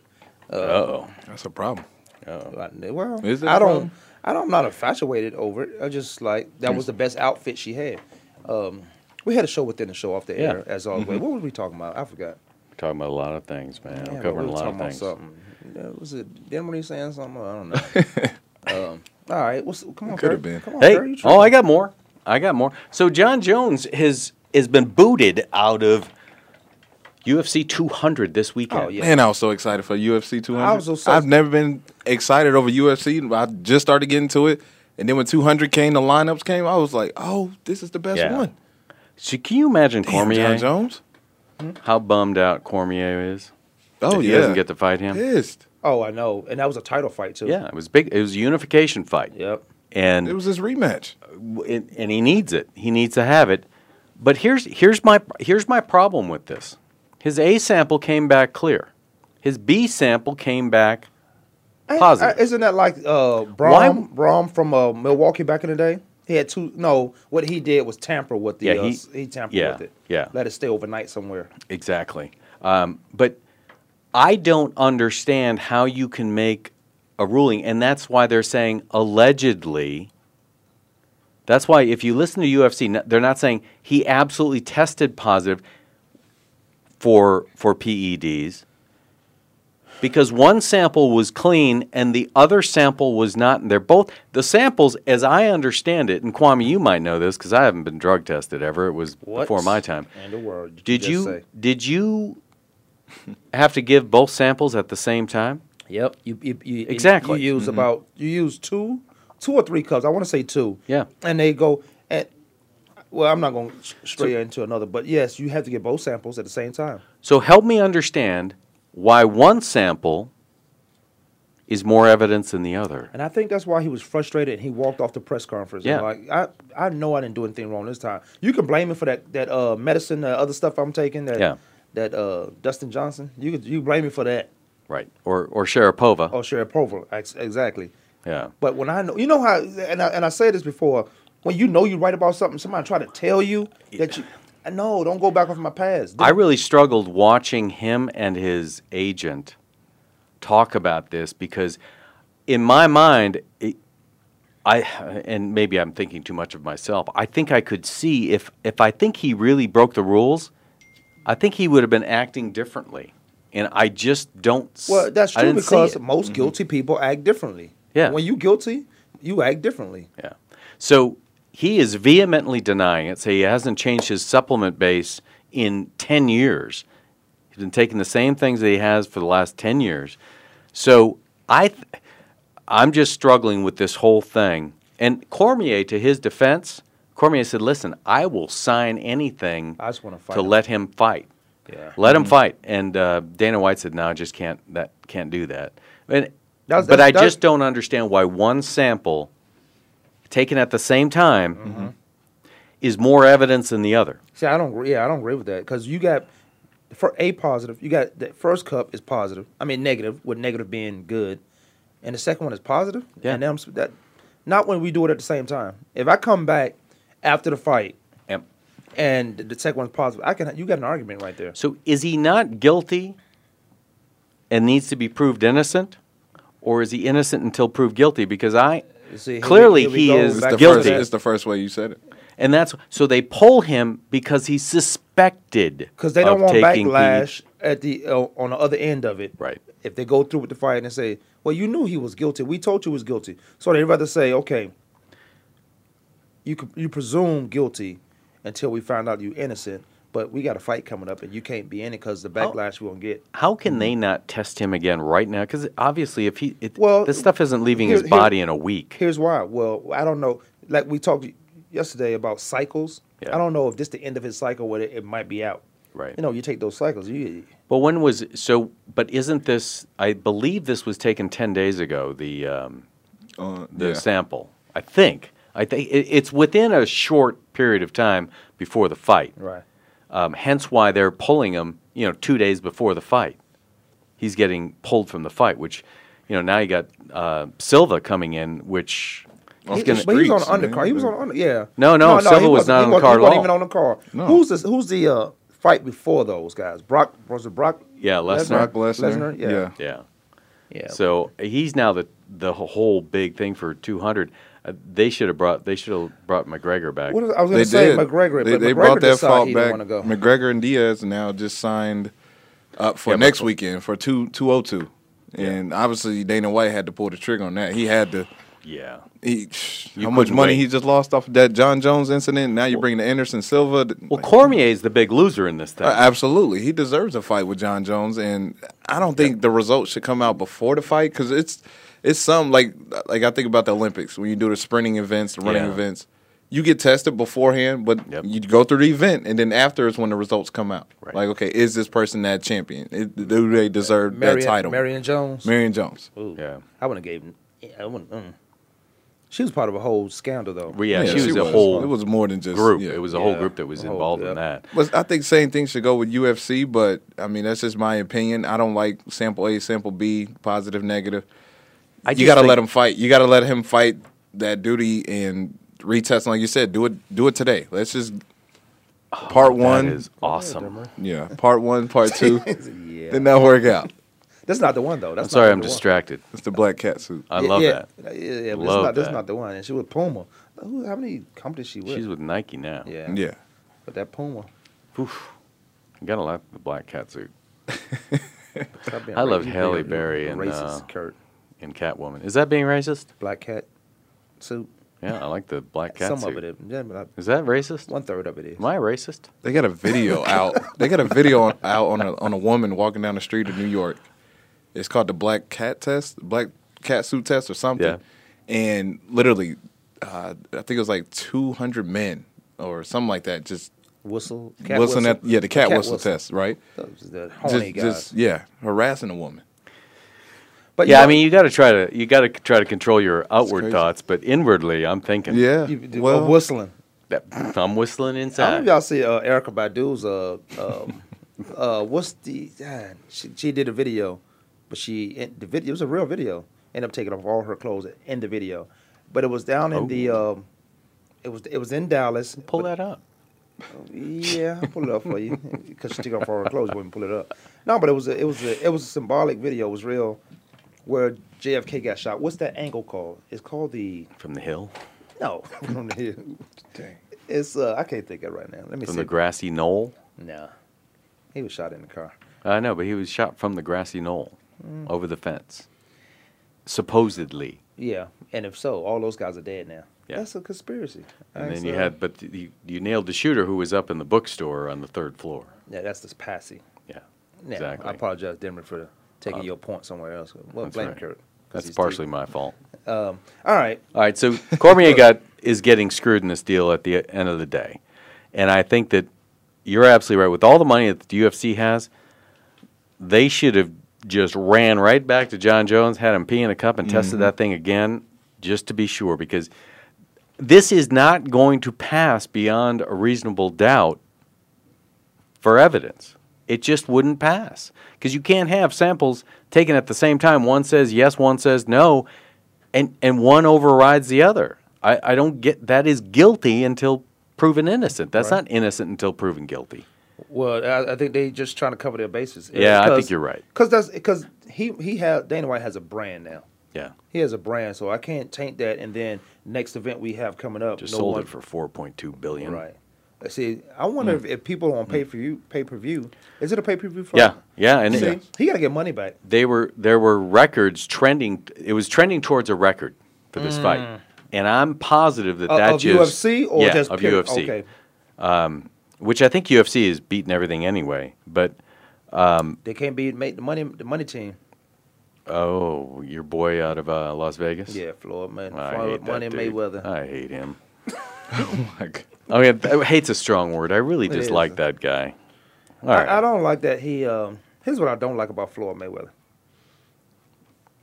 Speaker 5: Uh-oh.
Speaker 4: That's a problem.
Speaker 5: Oh.
Speaker 3: Like, Well,
Speaker 4: Is that
Speaker 3: I
Speaker 4: a
Speaker 3: don't.
Speaker 4: problem?
Speaker 3: I don't. I'm not infatuated over it. I just like that was the best outfit she had. Um, we had a show within the show off the
Speaker 5: Yeah. Mm-hmm.
Speaker 3: air as always. What were we talking about? I forgot.
Speaker 5: Talking about a lot of things, man.
Speaker 3: Yeah,
Speaker 5: I'm
Speaker 3: but
Speaker 5: covering
Speaker 3: we
Speaker 5: a
Speaker 3: were
Speaker 5: lot of
Speaker 3: talking about
Speaker 5: things.
Speaker 3: Something. Yeah, was it Then when he saying something? I don't know. um, all right. What's, come on,
Speaker 4: Coulda
Speaker 3: Kurt.
Speaker 4: been.
Speaker 3: Come on,
Speaker 5: Hey,
Speaker 3: Kurt, you
Speaker 5: oh,
Speaker 3: tripping.
Speaker 5: I got more. I got more. So John Jones has has been booted out of UFC 200 this weekend.
Speaker 3: Oh, yeah.
Speaker 4: Man, I was so excited for UFC 200.
Speaker 3: I was so excited.
Speaker 4: I've never been excited over UFC. I just started getting to it, and then when 200 came, the lineups came. I was like, oh, this is the best
Speaker 5: Yeah.
Speaker 4: one.
Speaker 5: So can you imagine
Speaker 4: Damn, John
Speaker 5: Cormier?
Speaker 4: Jones.
Speaker 5: How bummed out Cormier is.
Speaker 4: Oh
Speaker 5: that he
Speaker 4: yeah,
Speaker 5: doesn't get to fight him.
Speaker 4: Pissed.
Speaker 3: Oh, I know. And that was a title fight too.
Speaker 5: Yeah, it was big. It was a unification fight.
Speaker 3: Yep.
Speaker 5: And
Speaker 4: It was his rematch.
Speaker 5: and, and he needs it. He needs to have it. But here's here's my here's my problem with this. His A sample came back clear. His B sample came back
Speaker 3: Ain't-
Speaker 5: positive.
Speaker 3: uh, Isn't that like uh
Speaker 5: Why-
Speaker 3: Brom Brom from uh, Milwaukee back in the day? He had two no, what he did was tamper with the
Speaker 5: Yeah,
Speaker 3: uh,
Speaker 5: he-
Speaker 3: s- he tampered
Speaker 5: yeah,
Speaker 3: with it.
Speaker 5: yeah.
Speaker 3: Let it stay overnight somewhere.
Speaker 5: exactly. Um, but I don't understand how you can make a ruling, and that's why they're saying allegedly. That's why if you listen to UFC, n- they're not saying he absolutely tested positive for for PEDs because one sample was clean and the other sample was not. And they're both the samples, as I understand it. And Kwame, you might know this because I haven't been drug tested ever. It was
Speaker 3: What
Speaker 5: before my time.
Speaker 3: in the world did you
Speaker 5: Did
Speaker 3: just
Speaker 5: you
Speaker 3: say?
Speaker 5: did you have to give both samples at the same time?
Speaker 3: Yep. You, you, you
Speaker 5: Exactly. Mm-hmm.
Speaker 3: You use about you use two two or three cups. I want to say two.
Speaker 5: Yeah.
Speaker 3: And they go and well, I'm not going to stray into another, but yes, you have to get both samples at the same time.
Speaker 5: So help me understand why one sample is more evidence than the other.
Speaker 3: And I think that's why he was frustrated and he walked off the press conference.
Speaker 5: Yeah.
Speaker 3: Yeah. Like I, I know I didn't do anything wrong this time. You can blame me for that that uh, medicine, the other stuff I'm taking. That,
Speaker 5: Yeah.
Speaker 3: That uh, Dustin Johnson. You could you blame me for that.
Speaker 5: right? Or or Sharapova.
Speaker 3: or Sharapova. Ex- Exactly.
Speaker 5: Yeah.
Speaker 3: But when I know, you know how, and I, and I said this before, when you know you're right about something, somebody try to tell you that you, no, don't go back off my past.
Speaker 5: I really struggled watching him and his agent talk about this because, in my mind, it, I and maybe I'm thinking too much of myself. I think I could see if if I think he really broke the rules, I think he would have been acting differently, and I just don't. s-
Speaker 3: Well, that's
Speaker 5: I
Speaker 3: true
Speaker 5: didn't see
Speaker 3: because
Speaker 5: it. Mm-hmm.
Speaker 3: most guilty people act differently.
Speaker 5: Yeah.
Speaker 3: When you guilty, you act differently.
Speaker 5: Yeah. So he is vehemently denying it. Say he hasn't changed his supplement base in 10 years. He's been taking the same things that he has for the last 10 years. So I th- I'm just struggling with this whole thing. And Cormier to his defense, Cormier said, "Listen, I will sign anything
Speaker 3: I just wanna fight
Speaker 5: to
Speaker 3: him."
Speaker 5: let him fight."
Speaker 3: Yeah.
Speaker 5: Let him fight, and uh, Dana White said, "No, I just can't. That can't do that." And,
Speaker 3: That's-
Speaker 5: but
Speaker 3: that's-
Speaker 5: I
Speaker 3: that's-
Speaker 5: just don't understand why one sample taken at the same time
Speaker 3: Mm-hmm.
Speaker 5: is more evidence than the other.
Speaker 3: See, I don't. Yeah, I don't agree with that because you got for a positive. You got the first cup is positive. I mean negative, with negative being good, and the second one is positive.
Speaker 5: Yeah.
Speaker 3: And I'm s- that not when we do it at the same time. If I come back after the fight
Speaker 5: And
Speaker 3: and the second one's positive, I can. You got an argument right there.
Speaker 5: so, is he not guilty and needs to be proved innocent, or is he innocent until proved guilty? Because I
Speaker 3: See, here we-
Speaker 5: clearly
Speaker 3: here we
Speaker 5: he
Speaker 3: go
Speaker 5: is
Speaker 4: It's the, first,
Speaker 5: guilty,
Speaker 4: it's the first way you said it.
Speaker 5: and that's so they pull him because he's suspected
Speaker 3: Because they don't
Speaker 5: of
Speaker 3: want
Speaker 5: taking the-
Speaker 3: backlash at the uh, on the other end of it.
Speaker 5: Right.
Speaker 3: If they go through with the fight and say, "Well, you knew he was guilty. We told you he was guilty," so they'd rather say, "Okay, you could, you presume guilty until we find out you innocent, but we got a fight coming up and you can't be in it because the backlash we won't get."
Speaker 5: How can they not test him again right now? Because obviously, if he it,
Speaker 3: Well,
Speaker 5: this stuff isn't leaving
Speaker 3: here-
Speaker 5: his
Speaker 3: here-
Speaker 5: body in a week.
Speaker 3: Here's why. Well, I don't know. Like we talked yesterday about cycles.
Speaker 5: Yeah.
Speaker 3: I don't know if this the end of his cycle, where it, it might be out.
Speaker 5: Right.
Speaker 3: You know, you take those cycles. You
Speaker 5: But when was so? But isn't this? I believe this was taken ten days ago. The um,
Speaker 4: Uh,
Speaker 5: the
Speaker 4: yeah.
Speaker 5: sample. I think. I think it, it's within a short period of time before the fight.
Speaker 3: right.
Speaker 5: Um, hence why they're pulling him. You know, two days before the fight, he's getting pulled from the fight. Which, you know, now you got uh, Silva coming in, which.
Speaker 4: Off
Speaker 3: He-
Speaker 4: the
Speaker 3: but he was
Speaker 4: streets,
Speaker 3: on the
Speaker 4: man.
Speaker 3: undercard. He was on the under, yeah.
Speaker 5: No, no, Silva
Speaker 3: he
Speaker 5: was
Speaker 3: wasn't-
Speaker 5: not
Speaker 3: he
Speaker 5: on the
Speaker 3: wasn't-
Speaker 5: card at
Speaker 3: He wasn't
Speaker 5: all.
Speaker 3: even on the card.
Speaker 4: No.
Speaker 3: Who's the who's the uh, fight before those guys? Brock was it Brock?
Speaker 5: Yeah, Lesnar.
Speaker 4: Brock Lesnar.
Speaker 3: Yeah.
Speaker 4: yeah.
Speaker 5: Yeah.
Speaker 3: Yeah.
Speaker 5: So he's now the the whole big thing for 200. Uh, they should have brought they should have brought McGregor back.
Speaker 3: What is- I was
Speaker 4: They
Speaker 3: going to say
Speaker 4: did.
Speaker 3: McGregor,
Speaker 4: They,
Speaker 3: but
Speaker 4: they
Speaker 3: McGregor
Speaker 4: brought that
Speaker 3: decided
Speaker 4: fault
Speaker 3: he
Speaker 4: back.
Speaker 3: didn't want to go.
Speaker 4: McGregor and Diaz now just signed up for
Speaker 5: Yeah,
Speaker 4: next
Speaker 5: but-
Speaker 4: weekend for two two oh two, and obviously Dana White had to pull the trigger on that. He had to.
Speaker 5: yeah.
Speaker 4: He,
Speaker 5: You
Speaker 4: how much
Speaker 5: couldn't
Speaker 4: money
Speaker 5: wait.
Speaker 4: he just lost off of that John Jones incident? Now you bring the Anderson Silva. th-
Speaker 5: Well,
Speaker 4: like,
Speaker 5: Cormier is the big loser in this thing.
Speaker 4: uh, absolutely, he deserves a fight with John Jones, and I don't think the results should come out before the fight because it's it's some like like I think about the Olympics when you do the sprinting events, the running
Speaker 5: Yeah.
Speaker 4: events. You get tested beforehand, but
Speaker 5: Yep.
Speaker 4: you go through the event, and then after is when the results come out.
Speaker 5: Right.
Speaker 4: Like, okay, is this person that champion? It- do they deserve
Speaker 3: Marion,
Speaker 4: that title?
Speaker 3: Marion Jones.
Speaker 4: Marion Jones.
Speaker 5: yeah.
Speaker 3: I wouldn't have gave him. I wouldn't. Mm. She was part of a whole scandal though.
Speaker 5: Well, yeah,
Speaker 4: Yeah,
Speaker 5: she was
Speaker 4: she
Speaker 5: a
Speaker 4: was.
Speaker 5: whole
Speaker 4: It was more than just-
Speaker 5: group.
Speaker 4: yeah.
Speaker 5: It was a whole
Speaker 3: Yeah.
Speaker 5: group that was
Speaker 3: A whole-
Speaker 5: involved
Speaker 3: yeah.
Speaker 5: in that.
Speaker 4: But I think same thing should go with UFC, but I mean that's just my opinion. I don't like sample A, sample B, positive, negative.
Speaker 5: I
Speaker 4: you
Speaker 5: just
Speaker 4: got to
Speaker 5: think-
Speaker 4: let him fight. You got to let him fight that duty and retest. Like you said, do it. Do it today. Let's just part one.
Speaker 5: That is awesome.
Speaker 4: yeah, part one, part two.
Speaker 3: Yeah.
Speaker 4: Did not work out.
Speaker 3: That's not the one though. That's
Speaker 5: I'm sorry,
Speaker 3: not
Speaker 5: I'm
Speaker 3: the one.
Speaker 5: distracted.
Speaker 4: It's the black cat suit.
Speaker 5: I
Speaker 3: Yeah,
Speaker 5: love
Speaker 3: yeah.
Speaker 5: that.
Speaker 3: Yeah, yeah, yeah, but
Speaker 5: Love
Speaker 3: it's not, that's
Speaker 5: that.
Speaker 3: not the one. And she was Puma. Who, how many companies she with?
Speaker 5: She's with Nike now.
Speaker 3: Yeah.
Speaker 4: yeah.
Speaker 3: But that Puma.
Speaker 5: Oof. You gotta like the black cat suit
Speaker 3: Stop being
Speaker 5: I loved
Speaker 3: racist. You
Speaker 5: Halle
Speaker 3: being a
Speaker 5: Berry and,
Speaker 3: racist
Speaker 5: uh,
Speaker 3: Kurt.
Speaker 5: and Catwoman. Is that being racist?
Speaker 3: Black cat suit.
Speaker 5: Yeah, I like the black cat
Speaker 3: Some
Speaker 5: suit.
Speaker 3: of it, is. yeah, but I-
Speaker 5: Is that racist?
Speaker 3: one third of it is.
Speaker 5: Am I racist?
Speaker 4: They got a video out. They got a video on, out on a on a woman walking down the street in New York. It's called the Black Cat Test, the Black Cat Suit Test, or something.
Speaker 5: Yeah.
Speaker 4: And literally, uh, I think it was like two hundred men or something like that, just
Speaker 3: whistle, cat
Speaker 4: whistling
Speaker 3: whistle.
Speaker 4: at yeah the cat, whistle, test, right?
Speaker 3: Those are the horny guys.
Speaker 4: just yeah, harassing a woman.
Speaker 3: but you
Speaker 5: Yeah, I
Speaker 3: know,
Speaker 5: mean, you got to try to you got to try to control your outward
Speaker 4: crazy.
Speaker 5: thoughts, but inwardly, I'm thinking,
Speaker 4: Yeah,
Speaker 3: you- you-
Speaker 4: well,
Speaker 3: uh, whistling.
Speaker 5: that- I'm whistling
Speaker 3: I don't
Speaker 5: inside.
Speaker 3: know if y'all see uh, Erica Badu's uh, um, uh, what's the? God, she, she did a video But she and the video it was a real video. Ended up taking off all her clothes in the video, but it was down in the. Um, it was it was in Dallas.
Speaker 5: Oh. Pull
Speaker 3: but-
Speaker 5: that up.
Speaker 3: yeah, I'll pull it up for you because she took off all her clothes. Wouldn't pull it up. No, but it was a, it was a, it was a symbolic video. It was real, where JFK got shot. What's that angle called? It's called the
Speaker 5: From the hill?
Speaker 3: no. it's uh, I can't think of it right now. Let me
Speaker 5: From
Speaker 3: see.
Speaker 5: the grassy knoll?
Speaker 3: nah, he was shot in the car.
Speaker 5: I know, but he was shot from the grassy knoll
Speaker 3: Mm.
Speaker 5: over the fence. Supposedly.
Speaker 3: Yeah, and if so, all those guys are dead now.
Speaker 5: Yeah.
Speaker 3: That's a conspiracy.
Speaker 5: And
Speaker 3: That's,
Speaker 5: then you
Speaker 3: uh,
Speaker 5: had, but you, you nailed the shooter who was up in the bookstore on the third floor.
Speaker 3: yeah, that's this passy.
Speaker 5: Yeah.
Speaker 3: Now,
Speaker 5: exactly. Uh,
Speaker 3: I apologize, Denver, for taking your point somewhere else. Well,
Speaker 5: That's
Speaker 3: blame
Speaker 5: right.
Speaker 3: Kurt. 'cause
Speaker 5: That's
Speaker 3: he's
Speaker 5: partially
Speaker 3: deep.
Speaker 5: my fault.
Speaker 3: All right.
Speaker 5: All right, so Cormier got is getting screwed in this deal at the end of the day, and I think that you're absolutely right. With all the money that the UFC has, they should have just ran right back to John Jones, had him pee in a cup, and tested that thing again just to be sure, because this is not going to pass beyond a reasonable doubt for evidence. It just wouldn't pass because you can't have samples taken at the same time. One says yes, one says no, and and one overrides the other. I, I don't get that is guilty until proven innocent. That's not innocent until proven guilty.
Speaker 3: Well, I, I think they just trying to cover their bases.
Speaker 5: Yeah, I think you're right.
Speaker 3: Because that's because he he had Dana White has a brand now.
Speaker 5: Yeah,
Speaker 3: He has a brand, so I can't taint that. And then next event we have coming up,
Speaker 5: just
Speaker 3: no
Speaker 5: sold
Speaker 3: one-
Speaker 5: it for four point two billion.
Speaker 3: right. See, I wonder
Speaker 5: Mm.
Speaker 3: if, if people on pay per view pay per view is it a pay per view?
Speaker 5: Yeah, yeah, and
Speaker 3: See,
Speaker 5: it,
Speaker 3: he got to get money back.
Speaker 5: they were there were records trending. It was trending towards a record for this fight, and I'm positive that
Speaker 3: Mm. Uh,
Speaker 5: that
Speaker 3: of
Speaker 5: just
Speaker 3: UFC or
Speaker 5: yeah,
Speaker 3: just
Speaker 5: of
Speaker 3: period?
Speaker 5: UFC.
Speaker 3: Okay,
Speaker 5: which I think UFC is beating everything anyway. But
Speaker 3: they can't be make the money the money team.
Speaker 5: oh, your boy out of uh, Las Vegas,
Speaker 3: Yeah, Floyd man,
Speaker 5: I
Speaker 3: Floyd
Speaker 5: hate that
Speaker 3: Money
Speaker 5: dude.
Speaker 3: Mayweather.
Speaker 5: I hate him.
Speaker 4: Like,
Speaker 5: I mean, th- hate's a strong word. I really
Speaker 3: It
Speaker 5: dislike
Speaker 3: is.
Speaker 5: that guy. All right,
Speaker 3: I, I don't like that he. Um, here's what I don't like about Floyd Mayweather.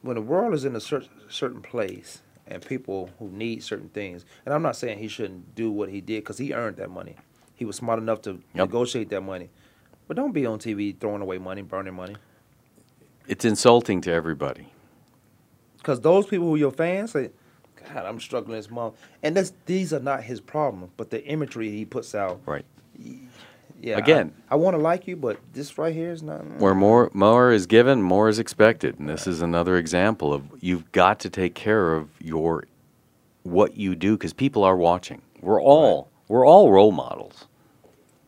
Speaker 3: When the world is in a cer- certain place and people who need certain things, and I'm not saying he shouldn't do what he did because he earned that money. He was smart enough to
Speaker 5: Yep.
Speaker 3: negotiate that money. But don't be on TV throwing away money, burning money.
Speaker 5: it's insulting to everybody.
Speaker 3: Because those people who are your fans say, God, I'm struggling this month. And that's, these are not his problem, but the imagery he puts out.
Speaker 5: Right.
Speaker 3: Yeah, I-
Speaker 5: Again.
Speaker 3: I, want to like you, but this right here is not. mm.
Speaker 5: Where more more is given, more is expected, and this is another example of you've got to take care of your what you do because people are watching. We're all we're all role models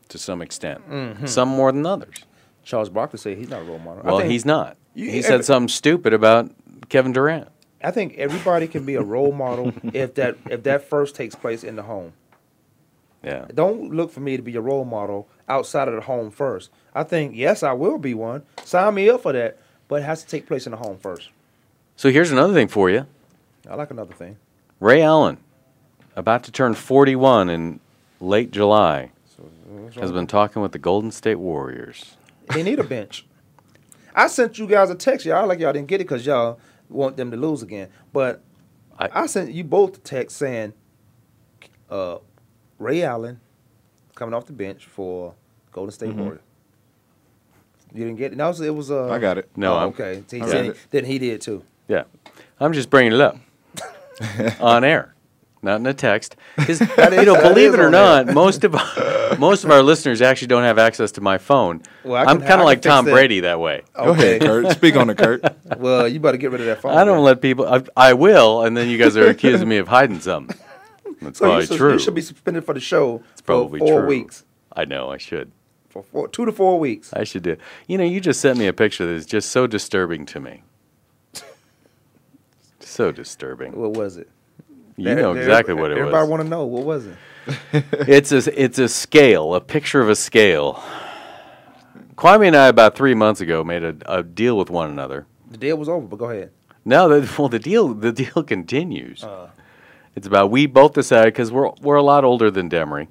Speaker 5: to some extent, some more than others.
Speaker 3: Charles Barkley said he's not a role model. Mm-hmm. I
Speaker 5: Well,
Speaker 3: think-
Speaker 5: he's not.
Speaker 3: You-
Speaker 5: he
Speaker 3: every-
Speaker 5: said something stupid about Kevin Durant.
Speaker 3: I think everybody can be a role model if that if that first takes place in the home.
Speaker 5: Yeah.
Speaker 3: Don't look for me to be a role model outside of the home first. I think yes, I will be one. Sign me up for that, but it has to take place in the home first.
Speaker 5: So here's another thing for you.
Speaker 3: I like another thing.
Speaker 5: Ray Allen, about to turn 41 in late July, has been talking with the Golden State Warriors.
Speaker 3: They need a bench. I sent you guys a text. Y'all like y'all didn't get it because y'all want them to lose again. But
Speaker 5: I,
Speaker 3: I sent you both a text saying, uh, Ray Allen coming off the bench for Golden State
Speaker 5: Mm-hmm.
Speaker 3: Warriors. You didn't get it. No, it was. Uh,
Speaker 4: I got it.
Speaker 5: No,
Speaker 3: Oh,
Speaker 5: I'm-
Speaker 3: okay. He
Speaker 4: got
Speaker 3: said
Speaker 4: it.
Speaker 3: then he did too.
Speaker 5: yeah, I'm just bringing it up on air, not in a text. 'Cause,
Speaker 3: is-
Speaker 5: you know,
Speaker 3: that
Speaker 5: believe
Speaker 3: is
Speaker 5: it or
Speaker 3: on air.
Speaker 5: not, most of our, most of our listeners actually don't have access to my phone.
Speaker 3: Well, I can-
Speaker 5: I'm
Speaker 3: I
Speaker 5: kind
Speaker 3: can
Speaker 5: of like
Speaker 3: fix
Speaker 5: Tom
Speaker 3: that.
Speaker 5: Brady that way.
Speaker 4: Go ahead, Kurt. Speak on it, Kurt.
Speaker 3: Well, you better get rid of that phone.
Speaker 5: I don't
Speaker 3: then.
Speaker 5: let people. I, I will, and then you guys are accusing me of hiding something. That's
Speaker 3: So
Speaker 5: probably
Speaker 3: you should,
Speaker 5: true.
Speaker 3: you should be suspended for the show for
Speaker 5: probably
Speaker 3: four
Speaker 5: true.
Speaker 3: weeks.
Speaker 5: I know. I should.
Speaker 3: For four, two to four weeks.
Speaker 5: I should do. You know, you just sent me a picture that is just so disturbing to me. so disturbing.
Speaker 3: What was it?
Speaker 5: You know exactly what it
Speaker 3: Everybody
Speaker 5: was.
Speaker 3: want to know what was it.
Speaker 5: It's a it's a scale, a picture of a scale. Kwame and I about three months ago made a, a deal with one another.
Speaker 3: The deal was over, but go ahead.
Speaker 5: No, the, well, the deal the deal continues. it's about we both decided because we're we're a lot older than Demery,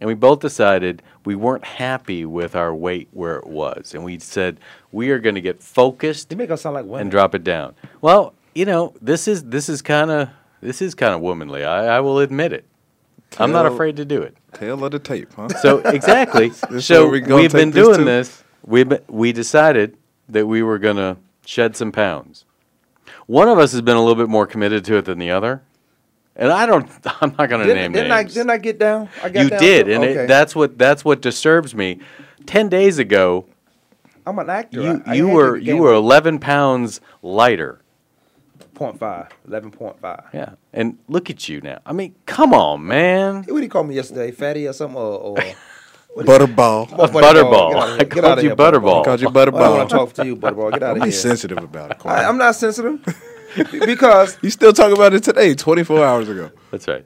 Speaker 5: and we both decided we weren't happy with our weight where it was, and we said we are going to get focused
Speaker 3: You make us sound like women.
Speaker 5: and drop it down. Well, you know this is this is kind of this is kind of womanly. I, I will admit it. I'm not
Speaker 4: Tell-
Speaker 5: afraid to do it.
Speaker 4: Tail of the tape, huh?
Speaker 5: So exactly.
Speaker 4: This
Speaker 5: so
Speaker 4: where we
Speaker 5: we
Speaker 4: gonna
Speaker 5: have been
Speaker 4: take this
Speaker 5: doing
Speaker 4: to?
Speaker 5: this. We we decided that we were gonna shed some pounds. One of us has been a little bit more committed to it than the other, and I don't. I'm not going to
Speaker 3: Didn't,
Speaker 5: name
Speaker 3: didn't I,
Speaker 5: names.
Speaker 3: didn't I get down? I got
Speaker 5: you
Speaker 3: down
Speaker 5: did,
Speaker 3: too?
Speaker 5: and
Speaker 3: Okay.
Speaker 5: it, that's what that's what disturbs me. Ten days ago,
Speaker 3: I'm an actor.
Speaker 5: you
Speaker 3: I- I
Speaker 5: you
Speaker 3: had to
Speaker 5: were
Speaker 3: get
Speaker 5: you
Speaker 3: down
Speaker 5: were 11 pounds lighter.
Speaker 3: point five, eleven point five.
Speaker 5: Yeah, and look at you now. I mean, come on, man.
Speaker 3: What did he call me yesterday? Fatty or something? Or, or
Speaker 4: Butterball.
Speaker 5: Butterball.
Speaker 3: Get outta here.
Speaker 5: I
Speaker 3: Get
Speaker 5: called
Speaker 3: outta
Speaker 5: you
Speaker 3: here,
Speaker 5: Butterball.
Speaker 4: Called you
Speaker 3: I don't want to
Speaker 4: Butterball.
Speaker 3: talk to you, Butterball. Get out of
Speaker 4: Be
Speaker 3: here.
Speaker 4: sensitive about it,
Speaker 3: I,
Speaker 4: Corey.
Speaker 3: I'm not sensitive because
Speaker 4: You still talk about it today, 24 hours ago.
Speaker 5: That's right.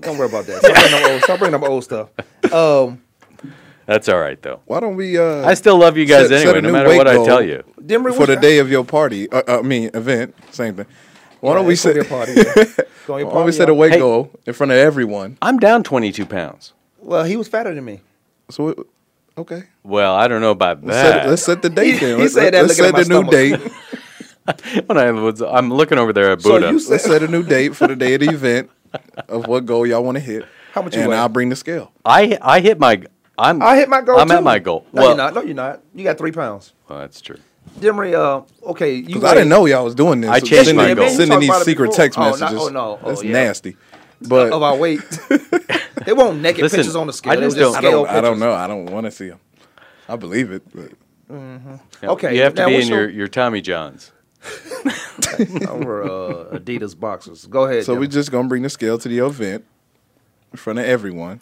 Speaker 3: don't worry about that. Stop bringing them old, stop bringing them old stuff. Um,
Speaker 5: That's all right though.
Speaker 4: Why don't we? Uh,
Speaker 5: I still love you guys
Speaker 4: Set- set
Speaker 5: anyway,
Speaker 4: a
Speaker 5: no
Speaker 4: new
Speaker 5: matter
Speaker 4: weight
Speaker 5: what I
Speaker 4: goal.
Speaker 5: tell you.
Speaker 3: Demery,
Speaker 4: for the day of your party, uh, uh, I mean event, same thing. Why don't we set?
Speaker 3: Your
Speaker 4: Why
Speaker 3: party, yeah. Go on your
Speaker 4: don't we
Speaker 3: party,
Speaker 4: set
Speaker 3: yeah.
Speaker 4: a weight
Speaker 5: Hey.
Speaker 4: goal in front of everyone?
Speaker 5: I'm down 22 pounds.
Speaker 3: Well, he was fatter than me.
Speaker 4: So it- okay,
Speaker 5: Well, I don't know about
Speaker 4: let's set,
Speaker 5: that.
Speaker 4: let's set the date then.
Speaker 3: he
Speaker 4: Let's,
Speaker 3: said that
Speaker 4: let's set
Speaker 3: looking
Speaker 4: the
Speaker 3: at
Speaker 4: new
Speaker 3: my
Speaker 4: date.
Speaker 5: when I was, I'm looking over there at
Speaker 3: So
Speaker 5: Buddha.
Speaker 3: you said
Speaker 4: let's set a new date for the day of the event of what goal y'all want to hit.
Speaker 3: How much you
Speaker 4: And
Speaker 3: weigh?
Speaker 4: I'll bring the scale.
Speaker 5: I I hit my I'm
Speaker 3: I hit my goal.
Speaker 5: I'm
Speaker 3: too.
Speaker 5: at my goal.
Speaker 3: No,
Speaker 5: well,
Speaker 3: you're not. No, you're not. You got three pounds.
Speaker 5: well, oh, that's true.
Speaker 3: Demery, uh, okay. You
Speaker 4: Because I didn't know y'all was doing this.
Speaker 5: I changed
Speaker 4: sending,
Speaker 5: my goal.
Speaker 4: Sending
Speaker 3: You talked about
Speaker 4: these
Speaker 3: it
Speaker 4: secret
Speaker 3: before.
Speaker 4: text
Speaker 3: Oh, not-
Speaker 4: messages.
Speaker 3: oh, no. Oh,
Speaker 4: That's
Speaker 3: yeah. Oh,
Speaker 4: nasty. But
Speaker 3: of our weight. they won't naked
Speaker 5: Listen,
Speaker 3: pictures on the scale.
Speaker 5: I
Speaker 3: They
Speaker 5: just
Speaker 3: were just
Speaker 5: don't-
Speaker 4: I
Speaker 3: scale
Speaker 4: don't. I don't
Speaker 3: pictures.
Speaker 4: know. I don't want to see them. I believe it. But
Speaker 5: Yeah,
Speaker 3: Okay,
Speaker 5: you have to
Speaker 3: now
Speaker 5: be in
Speaker 3: what's
Speaker 5: your,
Speaker 3: your-
Speaker 5: your Tommy Johns.
Speaker 3: Some were, uh, Adidas boxers. Go ahead.
Speaker 4: So we're
Speaker 3: Dylan.
Speaker 4: just gonna bring the scale to the event in front of everyone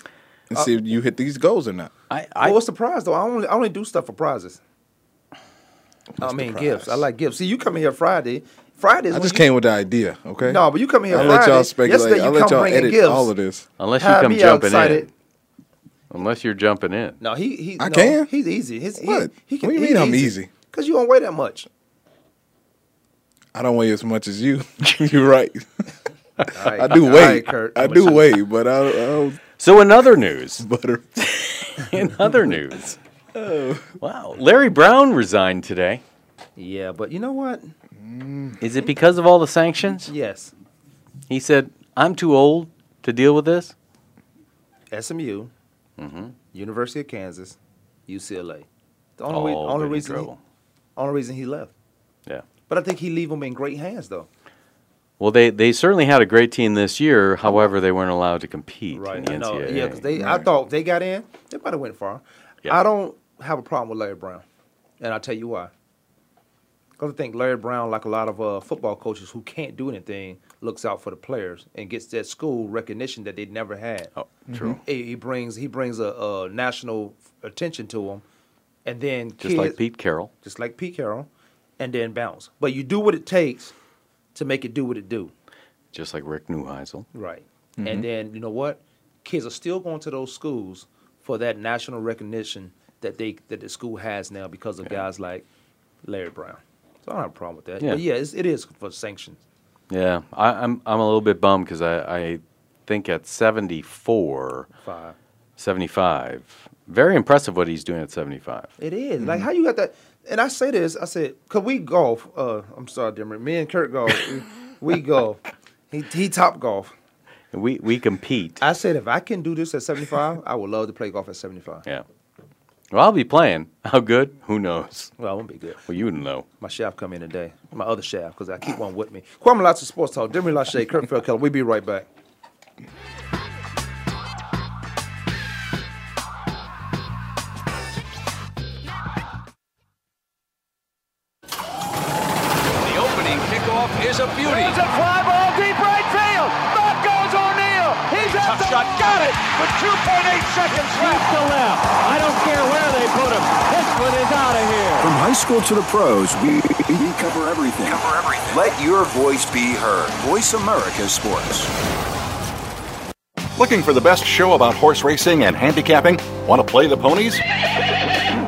Speaker 4: and
Speaker 3: Uh,
Speaker 4: see if you hit these goals or not.
Speaker 5: I, I
Speaker 3: Well, what's the prize though? I only I only do stuff for prizes. I mean gifts. I like gifts. See, you come in here Friday. Fridays.
Speaker 4: I
Speaker 3: when
Speaker 4: just
Speaker 3: you-
Speaker 4: came with the idea. Okay.
Speaker 3: No, but you come in here
Speaker 4: I
Speaker 3: Friday.
Speaker 4: let y'all speculate.
Speaker 3: Yesterday
Speaker 4: I
Speaker 3: you
Speaker 4: let
Speaker 3: come
Speaker 4: y'all
Speaker 3: bringing
Speaker 4: edit
Speaker 3: gifts.
Speaker 4: all of this.
Speaker 5: unless you
Speaker 3: Had
Speaker 5: come
Speaker 3: me
Speaker 5: jumping
Speaker 3: excited.
Speaker 5: in, unless you're jumping in.
Speaker 3: No, he he.
Speaker 4: I
Speaker 3: no,
Speaker 4: can.
Speaker 3: He's easy. He's, he-
Speaker 4: What?
Speaker 3: He, can.
Speaker 4: What do you
Speaker 3: he's
Speaker 4: mean I'm easy?
Speaker 3: Cause you don't weigh that much.
Speaker 4: I don't weigh as much as you. You're right.
Speaker 3: All right.
Speaker 4: I do
Speaker 3: All
Speaker 4: weigh.
Speaker 3: right, Kurt.
Speaker 4: I do weigh, but I, I don't
Speaker 5: So in other news,
Speaker 4: butter.
Speaker 5: in other news,
Speaker 3: Oh.
Speaker 5: wow, Larry Brown resigned today.
Speaker 3: Yeah, but you know what?
Speaker 5: Is it because of all the sanctions?
Speaker 3: Yes,
Speaker 5: He said, "I'm too old to deal with this."
Speaker 3: SMU,
Speaker 5: Mm-hmm.
Speaker 3: University of Kansas, UCLA. The only, re-
Speaker 5: Oh,
Speaker 3: only
Speaker 5: been in
Speaker 3: reason, he,
Speaker 5: trouble.
Speaker 3: only reason he left.
Speaker 5: yeah.
Speaker 3: But I think he leave them in great hands though.
Speaker 5: Well, they, they certainly had a great team this year. However, they weren't allowed to compete in the
Speaker 3: I
Speaker 5: NCAA.
Speaker 3: know. Yeah, because they. I thought they got in. They might have went far.
Speaker 5: Yeah.
Speaker 3: I don't have a problem with Larry Brown, and I'll tell you why. Because I think Larry Brown, like a lot of uh, football coaches who can't do anything, looks out for the players and gets that school recognition that they never had.
Speaker 5: oh, true.
Speaker 3: He, he brings he brings a, a national attention to him, and then
Speaker 5: Just like
Speaker 3: kids-
Speaker 5: Pete Carroll.
Speaker 3: just like Pete Carroll, and then bounce. But you do what it takes to make it do what it do.
Speaker 5: just like Rick Neuheisel.
Speaker 3: Right. And then you know what? Kids are still going to those schools for that national recognition that they that the school has now because of guys like Larry Brown. So I don't have a problem with that.
Speaker 5: Yeah.
Speaker 3: But yeah, it's, it is for sanctions.
Speaker 5: Yeah, I, I'm I'm a little bit bummed because I, I think at 74,
Speaker 3: Five.
Speaker 5: 75, very impressive what he's doing at 75.
Speaker 3: It is. Like how you got that and I say this, I said, cause we golf, uh I'm sorry, Demery, me and Kurt golf. we, we golf. He he top golf.
Speaker 5: And We we compete.
Speaker 3: I said if I can do this at seventy five, I would love to play golf at seventy five.
Speaker 5: yeah. Well, I'll be playing. How good? Who knows?
Speaker 3: Well, I won't be good.
Speaker 5: Well, you wouldn't know.
Speaker 3: My shaft come in today. My other shaft, because I keep one with me. Kwame Lots of Sports Talk. Demi Lachey, Kurt Felkeller. We'll be right back.
Speaker 7: The opening kickoff is a beauty.
Speaker 8: a fly ball deep right field. Back goes O'Neal. He's at the shot. Got it with 2.8 seconds left. to left. I don't care where they put him. This one is out of here.
Speaker 6: From high school to the pros, we, we cover everything.
Speaker 7: Cover everything. Let your voice be heard. Voice America Sports.
Speaker 9: Looking for the best show about horse racing and handicapping? Want to play the ponies?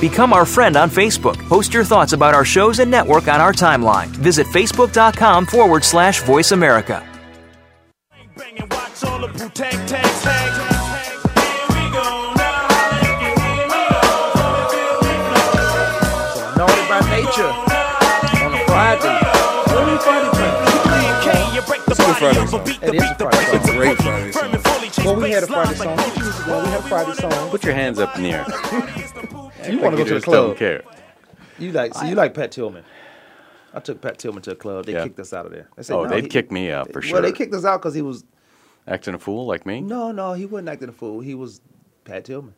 Speaker 2: Become our friend on Facebook. Post your thoughts about our shows and network on our timeline. Visit facebook.com forward slash voice America.
Speaker 3: Naughty by nature on a Friday. Only Friday
Speaker 4: It's a good Friday song.
Speaker 3: It is a Friday song.
Speaker 4: It's a great Friday song.
Speaker 3: Well, we had a Friday song a few years ago. We had a Friday song.
Speaker 5: Put your hands up in the air.
Speaker 3: You want to go to the
Speaker 5: just
Speaker 3: club?
Speaker 5: Don't care.
Speaker 3: You like so you like Pat Tillman. I took Pat Tillman to a club. They
Speaker 5: Yeah.
Speaker 3: kicked us out of there. They
Speaker 5: oh,
Speaker 3: "No,
Speaker 5: they'd
Speaker 3: he-
Speaker 5: kick me out for sure.
Speaker 3: Well, they kicked us out because he was
Speaker 5: Acting a fool like me.
Speaker 3: no, no. He wasn't acting a fool. He was Pat Tillman.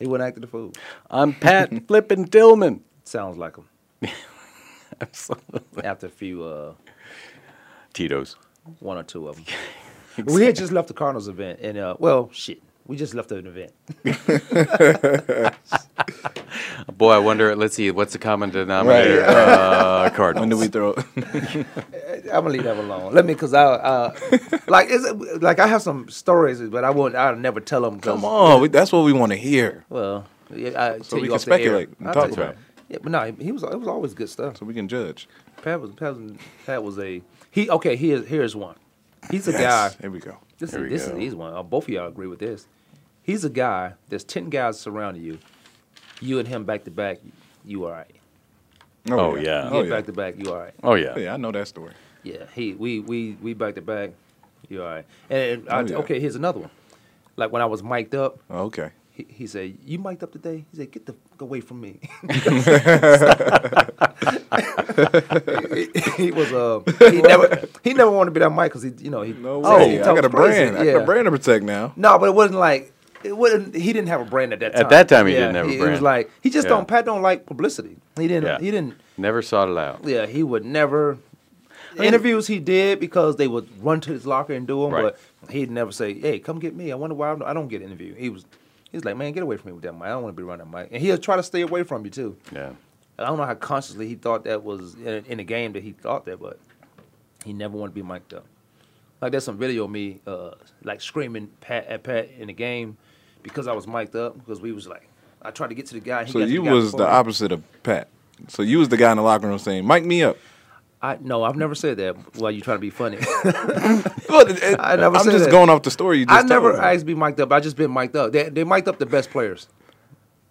Speaker 3: He wasn't acting a fool.
Speaker 5: I'm Pat Flippin' Dillman.
Speaker 3: Sounds like him.
Speaker 5: Absolutely.
Speaker 3: After a few, uh,
Speaker 5: Tito's.
Speaker 3: one or two of them. We had just left the Cardinals event, and uh, well, shit, we just left an event.
Speaker 5: Boy, I wonder. Let's see. What's the common denominator? Uh, Cardinals.
Speaker 4: When do we throw?
Speaker 3: I'm gonna leave that alone. Let me, cause I, uh, like, it's, like I have some stories, but I won't. I'll never tell them.
Speaker 4: Come on, we- that's what we want to hear.
Speaker 3: Well, yeah, I
Speaker 4: So
Speaker 3: tell
Speaker 4: we
Speaker 3: you
Speaker 4: can
Speaker 3: off the air.
Speaker 4: speculate and
Speaker 3: I'll
Speaker 4: talk
Speaker 3: tell you.
Speaker 4: about it.
Speaker 3: Yeah, but no, he was. It was always good stuff.
Speaker 4: So we can judge.
Speaker 3: Pat was. Pat was, Pat was a. He okay. Here's here's one. He's a
Speaker 4: Yes,
Speaker 3: guy.
Speaker 4: Here we go.
Speaker 3: This
Speaker 5: There
Speaker 3: is
Speaker 5: we
Speaker 3: this
Speaker 5: go.
Speaker 3: is he's one. Uh, both of y'all agree with this. He's a guy. There's ten guys surrounding you. You and him back to back. You all right.
Speaker 5: Oh, yeah.
Speaker 4: Oh,
Speaker 3: you
Speaker 4: yeah.
Speaker 3: back to back. You all right.
Speaker 5: Oh yeah.
Speaker 4: Oh, yeah, I know that story.
Speaker 3: Yeah, he we we we back to back. You all right? And, and
Speaker 4: Oh,
Speaker 3: I,
Speaker 4: yeah.
Speaker 3: okay, here's another one. Like when I was mic'd up,
Speaker 4: Oh, okay.
Speaker 3: he, he said, "You mic'd up today?" He said, "Get the fuck away from me." he, he was uh he never he never wanted to be that mic because he you know he
Speaker 4: No
Speaker 3: oh,
Speaker 4: way.
Speaker 3: he
Speaker 4: I got a
Speaker 3: talks crazy.
Speaker 4: brand. I got a brand to protect now.
Speaker 3: No, but it wasn't like it wasn't. He didn't have a brand at that
Speaker 5: At
Speaker 3: time.
Speaker 5: that time, he didn't have a
Speaker 3: He was
Speaker 5: brand.
Speaker 3: like he just
Speaker 5: Yeah.
Speaker 3: don't. Pat don't like publicity. He didn't.
Speaker 5: Yeah.
Speaker 3: He didn't.
Speaker 5: Never sought it out.
Speaker 3: Yeah, he would never. interviews he did because they would run to his locker and do them,
Speaker 5: Right.
Speaker 3: but he'd never say, "Hey, come get me." I wonder why I'm, I don't get interviewed. He was, he was like, "Man, get away from me with that mic. I don't want to be around that mic." And he'll try to stay away from you too.
Speaker 5: Yeah.
Speaker 3: I don't know how consciously he thought that was in, in the game that he thought that, but he never wanted to be mic'd up. Like there's some video of me uh, like screaming Pat at Pat in the game because I was mic'd up because we was like, I tried to get to the guy. He
Speaker 4: So
Speaker 3: got to
Speaker 4: you
Speaker 3: guy
Speaker 4: was
Speaker 3: before
Speaker 4: the
Speaker 3: me.
Speaker 4: opposite of Pat. So you was the guy in the locker room saying, "Mic me up."
Speaker 3: I no, I've never said that. While you trying to be funny.
Speaker 4: Look, it- it-
Speaker 3: I never
Speaker 4: I'm
Speaker 3: said
Speaker 4: just
Speaker 3: that.
Speaker 4: going off the story you just
Speaker 3: I never
Speaker 4: told.
Speaker 3: asked to be mic'd up. I just been mic'd up. They, they mic'd up the best players.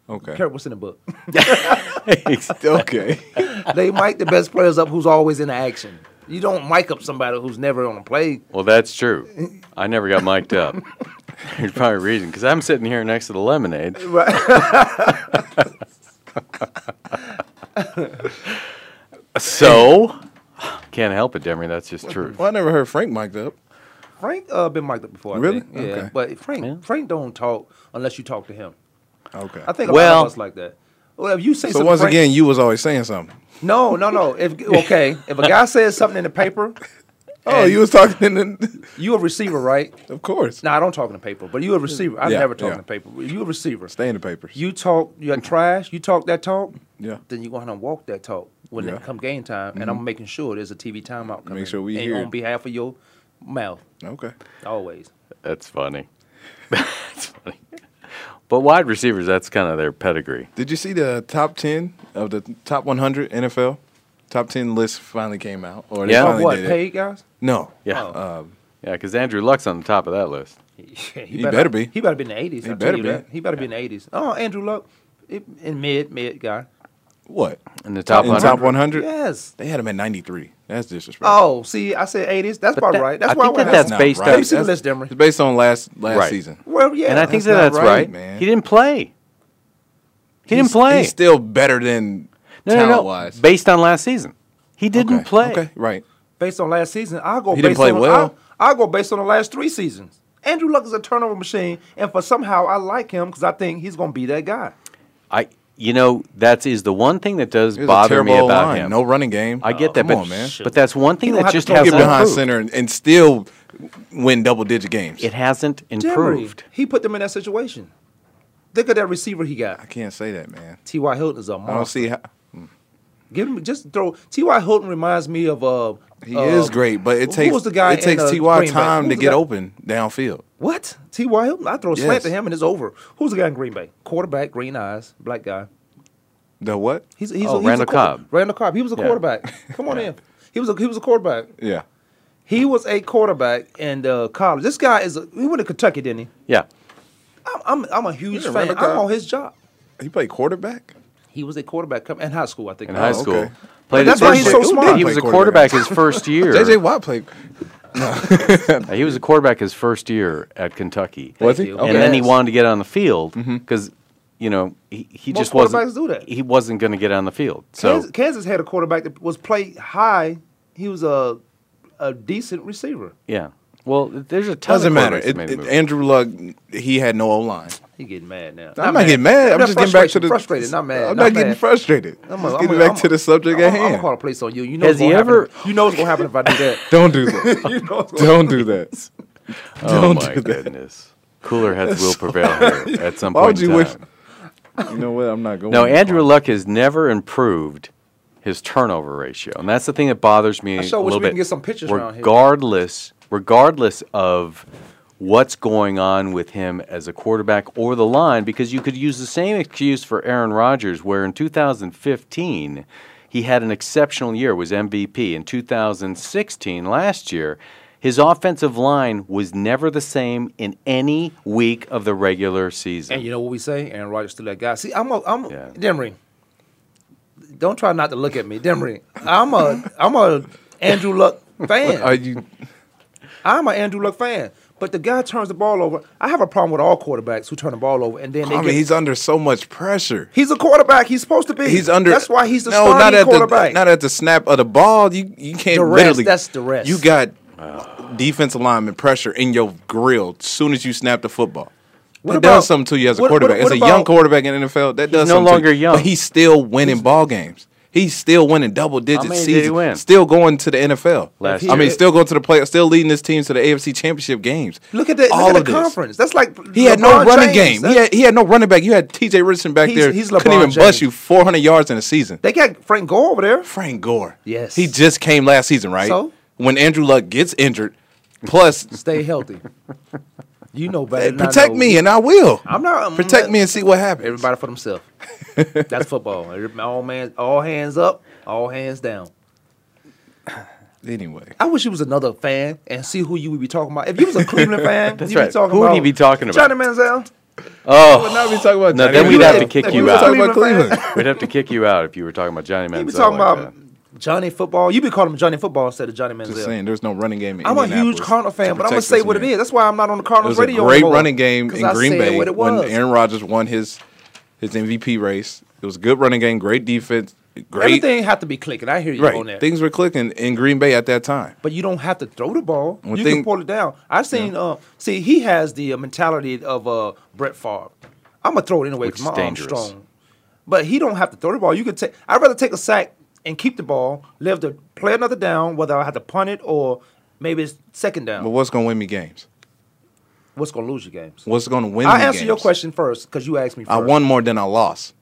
Speaker 4: okay.
Speaker 3: Care what's in the book.
Speaker 4: okay.
Speaker 3: they mic the best players up who's always in the action. You don't mic up somebody who's never on a play.
Speaker 5: Well, that's true. I never got mic'd up. There's probably a reason because I'm sitting here next to the lemonade. so can't help it, Demery. That's just true.
Speaker 4: Well, I never heard Frank mic'd up.
Speaker 3: Frank uh, been mic'd up before. I
Speaker 4: Really?
Speaker 3: think. Yeah,
Speaker 4: Okay.
Speaker 3: but Frank Frank don't talk unless you talk to him.
Speaker 4: Okay.
Speaker 3: I think a lot
Speaker 5: Well-
Speaker 3: of us like that. Well, if you say
Speaker 4: so.
Speaker 3: something
Speaker 4: Once
Speaker 3: Frank-
Speaker 4: again, you was always saying something.
Speaker 3: no, no, no. If okay, if a guy says something in the paper,
Speaker 4: Oh, you was talking. In the,
Speaker 3: you a receiver, right?
Speaker 4: of course.
Speaker 3: No, I don't talk in the paper, but you a receiver. I
Speaker 4: Yeah,
Speaker 3: never talk
Speaker 4: yeah.
Speaker 3: in the paper. You a receiver.
Speaker 4: Stay in the papers.
Speaker 3: You talk, you're trash. You talk that talk.
Speaker 4: Yeah.
Speaker 3: Then you going to walk that talk when
Speaker 4: Yeah. Mm-hmm.
Speaker 3: it come game time, and I'm making sure there's a TV timeout coming.
Speaker 4: sure we
Speaker 3: and
Speaker 4: hear it.
Speaker 3: on behalf of your mouth
Speaker 4: okay.
Speaker 3: always.
Speaker 5: That's funny. that's funny. But wide receivers, that's kind of their pedigree.
Speaker 4: Did you see the top ten of the top 100 NFL? Top 10 list finally came out. Or they
Speaker 5: Yeah.
Speaker 4: finally
Speaker 3: Of Oh, what
Speaker 4: did it. Uh,
Speaker 3: paid guys?
Speaker 4: No.
Speaker 5: Yeah,
Speaker 3: Oh.
Speaker 5: yeah. Because Andrew Luck's on the top of that list.
Speaker 3: he,
Speaker 4: better be.
Speaker 3: He better be in the 80s.
Speaker 4: He
Speaker 3: He I
Speaker 4: better
Speaker 3: better you
Speaker 4: be.
Speaker 3: That. He better be in the 80s. Oh, Andrew Luck, it- in mid mid guy.
Speaker 4: What?
Speaker 5: In the top
Speaker 4: in
Speaker 5: 100?
Speaker 4: top 100?
Speaker 3: Yes.
Speaker 4: They had him at 93. That's disrespectful.
Speaker 3: Oh, see, I said 80s. That's about
Speaker 5: that-
Speaker 3: right. That's
Speaker 5: I
Speaker 3: why
Speaker 5: think
Speaker 3: I
Speaker 5: that
Speaker 3: went.
Speaker 5: that's
Speaker 4: not
Speaker 5: based
Speaker 4: right.
Speaker 5: on-
Speaker 3: Let me see the list, Demery.
Speaker 4: It's based on last last
Speaker 5: Right.
Speaker 4: season.
Speaker 3: Well, yeah.
Speaker 5: and I think
Speaker 4: that's
Speaker 5: that
Speaker 4: not
Speaker 5: that's
Speaker 4: right,
Speaker 5: right.
Speaker 4: man.
Speaker 5: He didn't play. He didn't
Speaker 4: He's-
Speaker 5: play.
Speaker 4: He's still better than
Speaker 5: no, no,
Speaker 4: talent
Speaker 5: no.
Speaker 4: wise.
Speaker 5: Based on last season, he didn't play.
Speaker 4: Okay, right.
Speaker 3: based on last season. I'll go
Speaker 4: He didn't
Speaker 3: based
Speaker 4: play
Speaker 3: on
Speaker 4: well.
Speaker 3: I'll, I'll go based on the last three seasons. Andrew Luck is a turnover machine, and for somehow I like him because I think he's gonna be that guy.
Speaker 5: I You know, that is the one thing that does
Speaker 4: It was a
Speaker 5: bother me
Speaker 4: terrible
Speaker 5: about
Speaker 4: line.
Speaker 5: him.
Speaker 4: No running game.
Speaker 5: I get
Speaker 4: Oh,
Speaker 5: that,
Speaker 4: come
Speaker 5: but,
Speaker 4: on, man.
Speaker 5: but that's one thing
Speaker 4: You don't
Speaker 5: that
Speaker 4: have to
Speaker 5: just
Speaker 4: throw- get
Speaker 5: hasn't
Speaker 4: behind
Speaker 5: improved.
Speaker 4: center and, and still win double digit games.
Speaker 5: It hasn't
Speaker 3: Jerry,
Speaker 5: improved.
Speaker 3: He put them in that situation. Look at that receiver he got. I
Speaker 4: can't say that, man.
Speaker 3: T.Y. Hilton is a
Speaker 4: I
Speaker 5: Oh.
Speaker 3: monster.
Speaker 4: don't see how
Speaker 3: Give him just throw. T.Y. Hilton reminds me of uh.
Speaker 4: he
Speaker 5: Oh.
Speaker 4: is great, but it takes
Speaker 3: who was the guy
Speaker 4: it takes
Speaker 3: in, uh,
Speaker 4: Ty
Speaker 3: Green Bay?
Speaker 4: time
Speaker 3: Who
Speaker 4: to
Speaker 3: was the
Speaker 4: get
Speaker 3: guy-
Speaker 4: open downfield.
Speaker 3: What? T.Y. Hilton? I throw a slant
Speaker 4: Yes.
Speaker 3: to him and it's over. Who's the guy in Green Bay? Quarterback, green eyes, black guy.
Speaker 4: The what?
Speaker 3: He's he's,
Speaker 5: Oh,
Speaker 3: a, he's
Speaker 5: Randall
Speaker 3: a quarter-
Speaker 5: Cobb.
Speaker 3: Randall Cobb. He was a
Speaker 5: Yeah.
Speaker 3: quarterback. Come on in. He was a he was a quarterback.
Speaker 4: Yeah.
Speaker 3: He was a quarterback in uh, college. This guy is a, he went to Kentucky, didn't he?
Speaker 5: Yeah.
Speaker 3: I'm I'm, I'm a huge
Speaker 4: Yeah,
Speaker 3: fan.
Speaker 4: Randall
Speaker 3: I'm
Speaker 4: Cobb.
Speaker 3: on his job.
Speaker 4: He played quarterback?
Speaker 3: He was a quarterback come- in high school, I think.
Speaker 5: in high
Speaker 4: Oh,
Speaker 5: school.
Speaker 4: okay.
Speaker 5: Played
Speaker 3: That's
Speaker 5: his
Speaker 3: why
Speaker 5: first
Speaker 3: he's so
Speaker 5: year-
Speaker 3: smart.
Speaker 5: He was a quarterback his first year.
Speaker 4: JJ Watt played
Speaker 5: Uh, He was a quarterback his first year at Kentucky.
Speaker 4: Was he?
Speaker 3: you.
Speaker 4: Okay. Mm-hmm.
Speaker 5: And then he
Speaker 3: Yes.
Speaker 5: wanted to get on the field because, you know, he, he
Speaker 3: Most
Speaker 5: just wasn't.
Speaker 3: quarterbacks do that.
Speaker 5: He wasn't going to get on the field. So
Speaker 3: Kansas, Kansas had a quarterback that was played high. He was a a decent receiver.
Speaker 5: yeah. Well, there's a ton
Speaker 4: Doesn't
Speaker 5: of
Speaker 4: matter. It-
Speaker 5: quarterbacks that made
Speaker 4: it-
Speaker 5: the move.
Speaker 4: Andrew Luck, he had no O line.
Speaker 3: He getting mad now.
Speaker 4: I'm not getting mad. I'm
Speaker 3: No,
Speaker 4: just getting back to
Speaker 3: frustration,
Speaker 4: the
Speaker 3: frustrated, not mad.
Speaker 4: I'm not getting frustrated.
Speaker 3: I'm
Speaker 4: Just getting back to the subject
Speaker 3: I'm
Speaker 4: at
Speaker 3: I'm gonna call
Speaker 4: hand.
Speaker 3: a place on you. You know
Speaker 5: Has
Speaker 3: what's gonna
Speaker 5: he
Speaker 3: happen.
Speaker 5: ever-
Speaker 3: You know what's gonna happen if I do that.
Speaker 4: Don't do that.
Speaker 3: You know what's gonna
Speaker 4: Don't do that.
Speaker 5: Oh
Speaker 4: Don't
Speaker 5: my
Speaker 4: do that.
Speaker 5: goodness. Cooler heads will prevail here at some
Speaker 4: Why
Speaker 5: point.
Speaker 4: would you
Speaker 5: in
Speaker 4: wish?
Speaker 5: time.
Speaker 4: You know what? I'm not going.
Speaker 5: No, Andrew Luck has never improved his turnover ratio, and that's the thing that bothers me
Speaker 3: I sure
Speaker 5: a
Speaker 3: wish
Speaker 5: little
Speaker 3: we
Speaker 5: bit.
Speaker 3: can get some pictures around here.
Speaker 5: regardless, regardless of what's going on with him as a quarterback or the line, because you could use the same excuse for Aaron Rodgers, where in 2015 he had an exceptional year, was MVP. In 2016, last year. His offensive line was never the same in any week of the regular season.
Speaker 3: And you know what we say? Aaron Rodgers still that guy. See, I'm a, I'm
Speaker 5: Yeah.
Speaker 3: Demery. Don't try not to look at me, Demery. I'm a I'm a Andrew Luck
Speaker 4: Are
Speaker 3: fan.
Speaker 4: you?
Speaker 3: I'm an Andrew Luck fan. But the guy turns the ball over. I have a problem with all quarterbacks who turn the ball over and then they
Speaker 4: I
Speaker 3: get.
Speaker 4: mean, he's under so much pressure.
Speaker 3: he's a quarterback. He's supposed to be.
Speaker 4: He's under.
Speaker 3: That's why he's the
Speaker 4: no,
Speaker 3: starting
Speaker 4: not at
Speaker 3: quarterback.
Speaker 4: The, not at the snap of the ball. You you can't
Speaker 3: The rest,
Speaker 4: literally.
Speaker 3: that's the rest.
Speaker 4: You got defensive lineman pressure in your grill as soon as you snap the football.
Speaker 3: What
Speaker 4: that
Speaker 3: about-
Speaker 4: does something to you as a
Speaker 3: what- what-
Speaker 4: quarterback.
Speaker 3: what
Speaker 4: as a young
Speaker 3: about-
Speaker 4: quarterback in the NFL, that does
Speaker 5: no
Speaker 4: something to
Speaker 5: longer
Speaker 4: you.
Speaker 5: young.
Speaker 4: But he's still winning ball games. He's still winning double digits.
Speaker 5: many did he
Speaker 4: season,
Speaker 5: win?
Speaker 4: Still going to the NFL.
Speaker 5: Last
Speaker 4: I mean,
Speaker 5: year.
Speaker 4: still going to the play. Still leading his teams to the AFC Championship games.
Speaker 3: look at that.
Speaker 4: All
Speaker 3: look
Speaker 4: of
Speaker 3: at the
Speaker 4: this.
Speaker 3: conference. That's like
Speaker 4: He had no
Speaker 3: LeBron
Speaker 4: running
Speaker 3: James.
Speaker 4: game. He had, he had no running back. You had T.J. Richardson back
Speaker 3: He's-
Speaker 4: there.
Speaker 3: he's
Speaker 4: couldn't
Speaker 3: LeBron
Speaker 4: even bust
Speaker 3: James.
Speaker 4: you 400 yards in a season.
Speaker 3: They got Frank Gore over there.
Speaker 4: Frank Gore.
Speaker 3: Yes.
Speaker 4: He just came last season, right?
Speaker 3: So?
Speaker 4: when Andrew Luck gets injured, plus
Speaker 3: Stay healthy. You know better.
Speaker 4: hey,
Speaker 3: than I
Speaker 4: protect
Speaker 3: know.
Speaker 4: me and I will.
Speaker 3: I'm not I'm
Speaker 4: protect
Speaker 3: not-
Speaker 4: me and see what happens.
Speaker 3: Everybody for themselves. That's football. Every- All man, all hands up, all hands down.
Speaker 4: Anyway,
Speaker 3: I wish he was another fan and see who you would be talking about. If you was a Cleveland fan,
Speaker 5: That's
Speaker 3: you'd
Speaker 5: right.
Speaker 3: be talking
Speaker 5: Who would
Speaker 3: about
Speaker 5: he be talking about?
Speaker 3: Johnny Manziel.
Speaker 4: but now we talking about
Speaker 5: No, then we'd have to kick
Speaker 3: If
Speaker 5: you
Speaker 3: was a
Speaker 5: out.
Speaker 4: Talking about Cleveland.
Speaker 3: fan,
Speaker 5: We'd have to kick you out if you were talking about Johnny Manziel.
Speaker 3: You'd be talking
Speaker 5: like
Speaker 3: about
Speaker 5: that.
Speaker 3: Johnny football. You'd be calling him Johnny football instead of Johnny
Speaker 4: Just
Speaker 3: Manziel.
Speaker 4: saying, there's no running game. In
Speaker 3: I'm a huge
Speaker 4: Indianapolis
Speaker 3: Cardinal
Speaker 4: to
Speaker 3: fan, but I'm gonna
Speaker 4: protect
Speaker 3: say
Speaker 4: this
Speaker 3: what
Speaker 4: man.
Speaker 3: it is. That's why I'm not on the
Speaker 4: It
Speaker 3: Cardinals
Speaker 4: was a
Speaker 3: radio.
Speaker 4: great
Speaker 3: anymore,
Speaker 4: running game
Speaker 3: 'cause
Speaker 4: in
Speaker 3: I
Speaker 4: Green
Speaker 3: said
Speaker 4: Bay
Speaker 3: what it
Speaker 4: when
Speaker 3: was.
Speaker 4: Aaron Rodgers won his his MVP race. It was a good running game, great defense, great.
Speaker 3: Everything had to be clicking. I hear you on
Speaker 4: right,
Speaker 3: that.
Speaker 4: things were clicking in Green Bay at that time.
Speaker 3: but you don't have to throw the ball.
Speaker 4: Well,
Speaker 3: you
Speaker 4: thing-
Speaker 3: can pull it down. I seen. Uh, see, he has the uh, mentality of uh, Brett Favre. I'm gonna throw it anyway
Speaker 5: Which
Speaker 3: because my
Speaker 5: is
Speaker 3: arm's
Speaker 5: dangerous.
Speaker 3: strong. But he don't have to throw the ball. You could take. I'd rather take a sack and keep the ball, live to play another down, whether I have to punt it or maybe it's second down.
Speaker 4: But what's gonna win me games?
Speaker 3: What's gonna lose you games?
Speaker 4: What's gonna win?
Speaker 3: I'll
Speaker 4: me
Speaker 3: answer your
Speaker 4: games?
Speaker 3: question first because you asked me. First.
Speaker 4: I won more than I lost.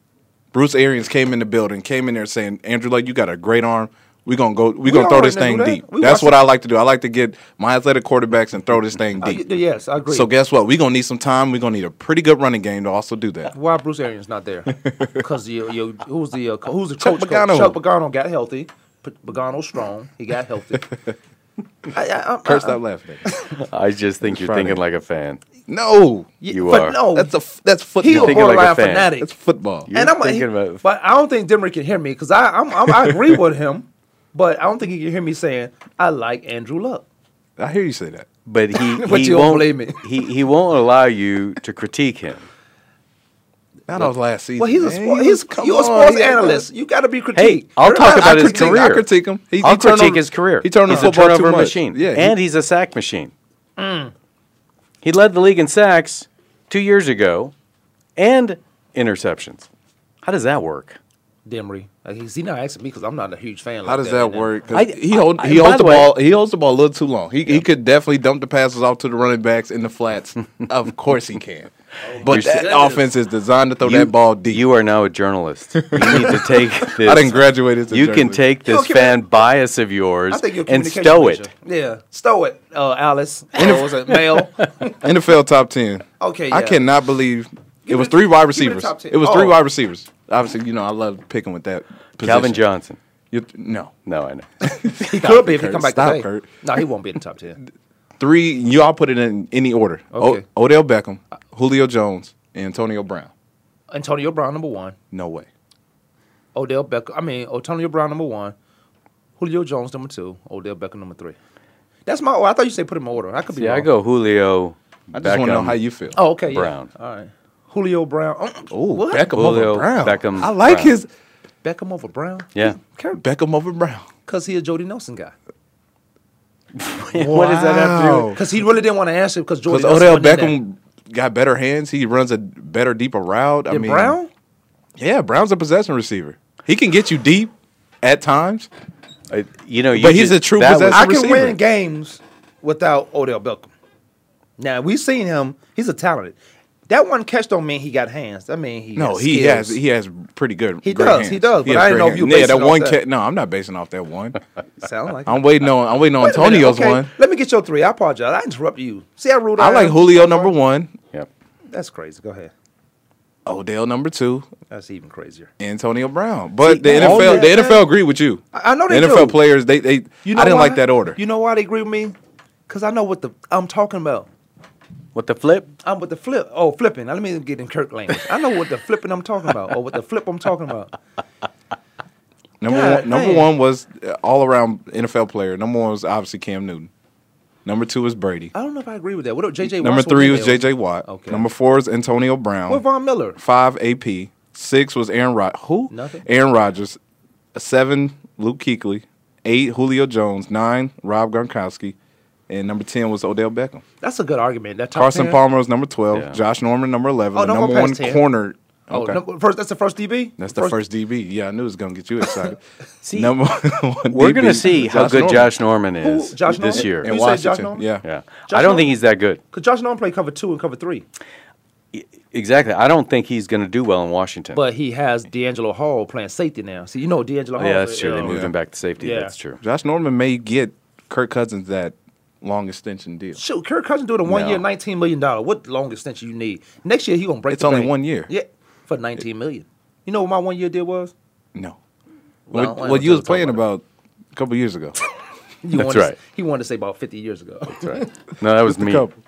Speaker 4: Bruce Arians came in the building, came in there saying, Andrew Luck, you got a great arm. We're gonna go we're gonna throw
Speaker 3: already
Speaker 4: this thing
Speaker 3: knew that.
Speaker 4: deep.
Speaker 3: We
Speaker 4: That's
Speaker 3: watched
Speaker 4: what
Speaker 3: it.
Speaker 4: I like to do. I like to get my athletic quarterbacks and throw this thing
Speaker 3: I-
Speaker 4: deep.
Speaker 3: yes, I agree.
Speaker 4: So guess what? We're gonna need some time. We're gonna need a pretty good running game to also do that.
Speaker 3: Why Bruce Arians not there? Because you, you, who's the uh, co- who's the
Speaker 4: Chuck
Speaker 3: coach? coach?
Speaker 4: Pagano.
Speaker 3: Chuck Pagano got healthy. P- Pagano strong. He got healthy. I, I, I,
Speaker 4: Kurt, stop laughing. at me.
Speaker 5: I just think
Speaker 4: It's
Speaker 5: you're
Speaker 4: Friday.
Speaker 5: thinking like a fan.
Speaker 4: No,
Speaker 5: You
Speaker 3: but
Speaker 5: are.
Speaker 3: No,
Speaker 4: that's a f- that's
Speaker 3: he a
Speaker 4: football.
Speaker 5: thinking like a
Speaker 3: borderline
Speaker 5: fan.
Speaker 3: fanatic.
Speaker 4: That's football.
Speaker 5: You're
Speaker 3: and I'm
Speaker 5: thinking
Speaker 3: thinking
Speaker 5: about-
Speaker 3: but I don't think Denver can hear me because I I'm, I'm, I agree with him, but I don't think he can hear me saying I like Andrew Luck.
Speaker 4: I hear you say that.
Speaker 5: But he,
Speaker 3: But
Speaker 5: he
Speaker 3: you don't
Speaker 5: won't
Speaker 3: blame me.
Speaker 5: He he won't allow you to critique him.
Speaker 4: Not on last season.
Speaker 3: Well, he's a
Speaker 4: man.
Speaker 3: sport,
Speaker 4: He
Speaker 3: he's
Speaker 4: was- come
Speaker 3: you're a
Speaker 4: on,
Speaker 3: sports
Speaker 4: he had-
Speaker 3: analyst. You got to be critiqued.
Speaker 5: Hey, I'll
Speaker 3: You're
Speaker 5: talk
Speaker 3: not-
Speaker 4: I
Speaker 5: about his
Speaker 4: critique-
Speaker 5: career.
Speaker 4: I critique him. He- he
Speaker 5: I'll
Speaker 4: turned
Speaker 5: critique
Speaker 4: over-
Speaker 5: his career.
Speaker 4: he turned
Speaker 5: he's
Speaker 4: the
Speaker 5: a
Speaker 4: football too
Speaker 5: turnover
Speaker 4: much.
Speaker 5: machine.
Speaker 4: Yeah, he- Mm.
Speaker 5: and he's a sack machine. He led the league in sacks two years ago, and interceptions. How does that work?
Speaker 3: Demery. Like he's he not asking me because I'm not a huge fan.
Speaker 4: How
Speaker 3: like
Speaker 4: does
Speaker 3: that,
Speaker 4: that
Speaker 3: and-
Speaker 4: work? 'Cause
Speaker 3: I-
Speaker 4: he hold,
Speaker 3: I-
Speaker 4: he
Speaker 3: by
Speaker 4: holds the
Speaker 3: way-
Speaker 4: ball. He holds the ball a little too long. He he could definitely dump the passes off to the running backs in the flats. of course he can.
Speaker 3: Oh,
Speaker 4: But
Speaker 5: You're
Speaker 4: that
Speaker 5: so-
Speaker 4: offense is designed to throw
Speaker 5: You-
Speaker 4: that ball deep.
Speaker 5: You are now a journalist. You need to take this.
Speaker 4: done graduated as a
Speaker 5: You can
Speaker 4: journalist.
Speaker 5: take
Speaker 3: You're
Speaker 5: this
Speaker 3: a commu-
Speaker 5: fan bias of yours
Speaker 3: I think you're a
Speaker 5: and
Speaker 3: communication
Speaker 5: stow
Speaker 3: major.
Speaker 5: it.
Speaker 3: Yeah, stow it, uh, Alice. Or was it Mel?
Speaker 4: NFL top ten.
Speaker 3: Okay,
Speaker 4: I
Speaker 3: yeah.
Speaker 4: cannot believe it
Speaker 3: Give
Speaker 4: was
Speaker 3: it-
Speaker 4: three
Speaker 3: give it
Speaker 4: wide
Speaker 3: the
Speaker 4: receivers.
Speaker 3: top 10.
Speaker 4: It was three
Speaker 3: Oh.
Speaker 4: wide receivers. Obviously, you know I love picking with that. Position.
Speaker 5: Calvin Johnson.
Speaker 4: You- no,
Speaker 5: No, I know.
Speaker 3: He could be if he
Speaker 4: Kurt,
Speaker 3: come back
Speaker 4: stop,
Speaker 3: today.
Speaker 4: Kurt.
Speaker 3: No, he won't be in the top ten.
Speaker 4: three. Y'all put it in any order. O-
Speaker 3: Okay.
Speaker 4: Odell Beckham, Julio Jones, and Antonio Brown.
Speaker 3: Antonio Brown number one.
Speaker 4: No way.
Speaker 3: Odell Beckham. I mean, Antonio Brown number one. Julio Jones number two. Odell Beckham number three. That's my. Oh, I thought you said put him in order. I could be.
Speaker 5: Yeah,
Speaker 3: wrong.
Speaker 5: I go Julio.
Speaker 4: I just want to know how you feel.
Speaker 3: Oh, okay. yeah.
Speaker 5: Brown.
Speaker 3: All right. Julio Brown. Oh,
Speaker 4: Ooh,
Speaker 3: what?
Speaker 4: Beckham
Speaker 5: Julio
Speaker 4: over Brown.
Speaker 5: Beckham
Speaker 4: I like
Speaker 5: Brown.
Speaker 4: his
Speaker 3: Beckham over Brown.
Speaker 5: Yeah.
Speaker 4: Beckham over Brown.
Speaker 3: Cause he a Jody Nelson guy.
Speaker 5: What does that have to do with-
Speaker 4: Wow.
Speaker 3: Oh. Cause he really didn't want to answer because Jody.
Speaker 4: Because
Speaker 3: Nelson
Speaker 4: Odell
Speaker 3: wasn't in
Speaker 4: Beckham got better hands. He runs a better, deeper route. I
Speaker 3: there.
Speaker 4: mean,
Speaker 3: Brown.
Speaker 4: Yeah, Brown's a possession receiver. He can get you deep at times.
Speaker 5: I- you know, you
Speaker 4: But he's
Speaker 5: just-
Speaker 4: a true
Speaker 5: that was-
Speaker 4: possessor.
Speaker 3: I can
Speaker 4: receiver.
Speaker 3: win games without Odell Beckham. Now we've seen him; he's a talented. That one catch don't mean he got hands. That mean he
Speaker 4: No,
Speaker 3: got
Speaker 4: he
Speaker 3: skills.
Speaker 4: has he has pretty good.
Speaker 3: He
Speaker 4: great
Speaker 3: does, he
Speaker 4: hands.
Speaker 3: does, but
Speaker 4: has
Speaker 3: I didn't
Speaker 4: great
Speaker 3: know if you
Speaker 4: hands. Yeah,
Speaker 3: based
Speaker 4: that
Speaker 3: it off
Speaker 4: one
Speaker 3: that.
Speaker 4: catch. No, I'm not basing off that one.
Speaker 3: Sound like
Speaker 4: I'm waiting on I'm waiting on
Speaker 3: Wait a minute,
Speaker 4: Antonio's
Speaker 3: okay,
Speaker 4: one.
Speaker 3: Let me get your three. I apologize. I interrupted you. See, I ruled.
Speaker 4: I like
Speaker 3: am.
Speaker 4: Julio number one,
Speaker 5: Yep.
Speaker 3: That's crazy. Go ahead.
Speaker 4: Odell number two,
Speaker 3: That's even crazier.
Speaker 4: Antonio Brown. But the
Speaker 3: all
Speaker 4: NFL the
Speaker 3: that-
Speaker 4: NFL agree with you.
Speaker 3: I- I know they
Speaker 4: the NFL
Speaker 3: do.
Speaker 4: players they they I didn't
Speaker 3: why?
Speaker 4: like that order.
Speaker 3: You know why they agree with me? Cause I know what the I'm talking about.
Speaker 5: What the flip?
Speaker 3: I'm with the flip. Oh, flipping. Now, Let me get in Kirk language. I know what the flipping I'm talking about, or what the flip I'm talking about.
Speaker 4: Number
Speaker 3: God
Speaker 4: one, number
Speaker 3: dang.
Speaker 4: one was uh, all around NFL player. Number one was obviously Cam Newton. Number two was Brady.
Speaker 3: I don't know if I agree with that. What up, JJ?
Speaker 4: Number
Speaker 3: Watts? What
Speaker 4: three
Speaker 3: they
Speaker 4: was
Speaker 3: on?
Speaker 4: J.J. Watt.
Speaker 3: Okay.
Speaker 4: Number four is Antonio Brown.
Speaker 3: What Von Miller?
Speaker 4: Five AP. Six was Aaron Rod. Who?
Speaker 3: Nothing.
Speaker 4: Aaron Rodgers. Seven Luke Kuechly. Eight Julio Jones. Nine Rob Gronkowski. And number ten was Odell Beckham.
Speaker 3: That's a good argument. That top
Speaker 4: Carson
Speaker 3: 10?
Speaker 4: Palmer was number twelve.
Speaker 5: Yeah.
Speaker 4: Josh Norman number eleven.
Speaker 3: Oh,
Speaker 4: the
Speaker 3: don't go
Speaker 4: number
Speaker 3: past
Speaker 4: one
Speaker 3: 10.
Speaker 4: corner.
Speaker 3: Oh,
Speaker 4: Okay.
Speaker 3: number, first. That's the first DB.
Speaker 4: That's the first, DB. Yeah, I knew it was gonna get you excited. see, number one
Speaker 5: We're
Speaker 4: DB
Speaker 5: going to see how
Speaker 4: Josh
Speaker 5: good
Speaker 4: Norman.
Speaker 5: Josh Norman is
Speaker 3: Who? Josh
Speaker 5: this
Speaker 3: Norman?
Speaker 5: year.
Speaker 4: in
Speaker 3: You said Josh
Speaker 4: Washington.
Speaker 3: Norman?
Speaker 4: Yeah.
Speaker 5: Yeah.
Speaker 3: Josh
Speaker 5: I don't
Speaker 3: Norman?
Speaker 5: think he's that good.
Speaker 3: Because Josh Norman played cover two and cover three,
Speaker 5: Exactly. I don't think he's going to do well in Washington.
Speaker 3: but he has D'Angelo Hall playing safety now. So you know D'Angelo Hall.
Speaker 5: yeah, that's true. They moved
Speaker 4: Oh, Yeah.
Speaker 5: him back to safety.
Speaker 3: Yeah.
Speaker 5: That's true.
Speaker 4: Josh Norman may get Kirk Cousins that long extension deal.
Speaker 3: Shoot, Kirk Cousins doing a one year,
Speaker 5: No.
Speaker 3: nineteen million dollar. What long extension you need? Next year he gonna break.
Speaker 4: It's
Speaker 3: the
Speaker 4: only
Speaker 3: bank.
Speaker 4: one year.
Speaker 3: Yeah, for nineteen million. You know what my one year deal was? Well,
Speaker 4: No. what
Speaker 3: I don't
Speaker 4: what
Speaker 3: know
Speaker 4: you was
Speaker 3: what
Speaker 4: playing
Speaker 3: I'm talking
Speaker 4: about a couple years ago.
Speaker 3: You
Speaker 5: That's
Speaker 3: wanted to-
Speaker 5: right.
Speaker 3: he wanted to say about fifty years ago. That's right.
Speaker 5: No, that was me.
Speaker 4: Couple.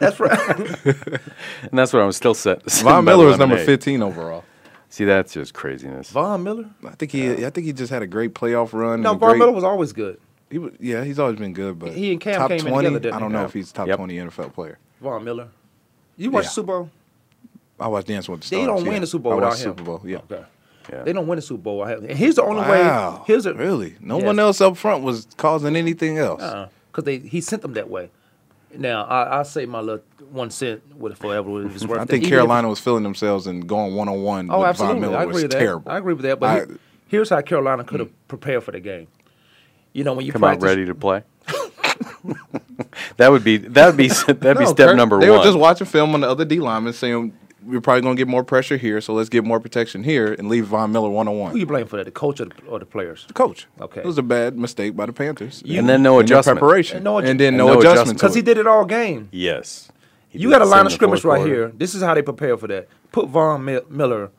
Speaker 3: that's right.
Speaker 5: And that's what I was still set.
Speaker 4: Von Miller was number 15 overall.
Speaker 5: See, that's just craziness.
Speaker 3: Von Miller.
Speaker 4: I think he I think he just had a great playoff run. and
Speaker 3: No,
Speaker 4: a
Speaker 3: Von
Speaker 4: great-
Speaker 3: Miller was always good.
Speaker 4: he was- yeah, he's always been good, but
Speaker 3: He and Cam
Speaker 4: top
Speaker 3: came in
Speaker 4: 20,
Speaker 3: together, didn't
Speaker 4: I
Speaker 3: they?
Speaker 4: don't know
Speaker 3: Yeah.
Speaker 4: if he's top
Speaker 5: Yep.
Speaker 4: 20 NFL player.
Speaker 3: Von Miller. You watch
Speaker 4: Yeah.
Speaker 3: Super Bowl?
Speaker 4: I watched Dance with the
Speaker 3: They
Speaker 4: Stars.
Speaker 3: don't
Speaker 4: Oh, yeah.
Speaker 3: win the Super Bowl
Speaker 4: I
Speaker 3: without
Speaker 4: watched
Speaker 3: him.
Speaker 4: Super Bowl, yeah.
Speaker 3: Okay.
Speaker 5: Yeah.
Speaker 3: They don't win the Super Bowl without him. And here's the only
Speaker 4: Wow.
Speaker 3: way. Here's a,
Speaker 4: really? No
Speaker 3: Yes. Uh-uh.
Speaker 4: one else up front was causing anything else.
Speaker 3: because they he sent them that way. Now I I say my little one cent with forever if it's worth.
Speaker 4: I
Speaker 3: it. Even
Speaker 4: think
Speaker 3: if-
Speaker 4: Carolina was feeling themselves and going one on one
Speaker 3: Oh,
Speaker 4: with
Speaker 3: absolutely,
Speaker 4: Von Miller
Speaker 3: I agree
Speaker 4: was
Speaker 3: with that.
Speaker 4: terrible.
Speaker 3: I agree with that. But
Speaker 4: I- Mm.
Speaker 3: he- here's how Carolina could have prepared for the game. You know when you
Speaker 5: Come out
Speaker 3: practice,
Speaker 5: ready to play. that would be that would be that'd be
Speaker 4: No,
Speaker 5: step
Speaker 4: Kirk-
Speaker 5: number
Speaker 4: they
Speaker 5: one.
Speaker 4: were just watching film on the other D linemen saying we're probably gonna get more pressure here, so let's get more protection here and leave Von Miller one on
Speaker 3: who
Speaker 4: one.
Speaker 3: you blame for that? The coach or the, or the players?
Speaker 4: Coach.
Speaker 3: Okay.
Speaker 4: It was a bad mistake by the Panthers.
Speaker 5: And then no
Speaker 4: in their
Speaker 5: adjustment.
Speaker 3: And
Speaker 4: preparation. And,
Speaker 3: no adju-
Speaker 4: then
Speaker 5: And
Speaker 4: no,
Speaker 5: no
Speaker 4: adjustment.
Speaker 5: adjustment.
Speaker 4: to
Speaker 3: Because he
Speaker 4: it.
Speaker 3: did it all game.
Speaker 5: yes. He
Speaker 3: You
Speaker 5: did
Speaker 3: got a
Speaker 5: the
Speaker 3: line
Speaker 5: same
Speaker 3: of
Speaker 5: in the fourth
Speaker 3: scrimmage right
Speaker 5: quarter.
Speaker 3: here. This is how they prepare for that. Put Von Mi- Miller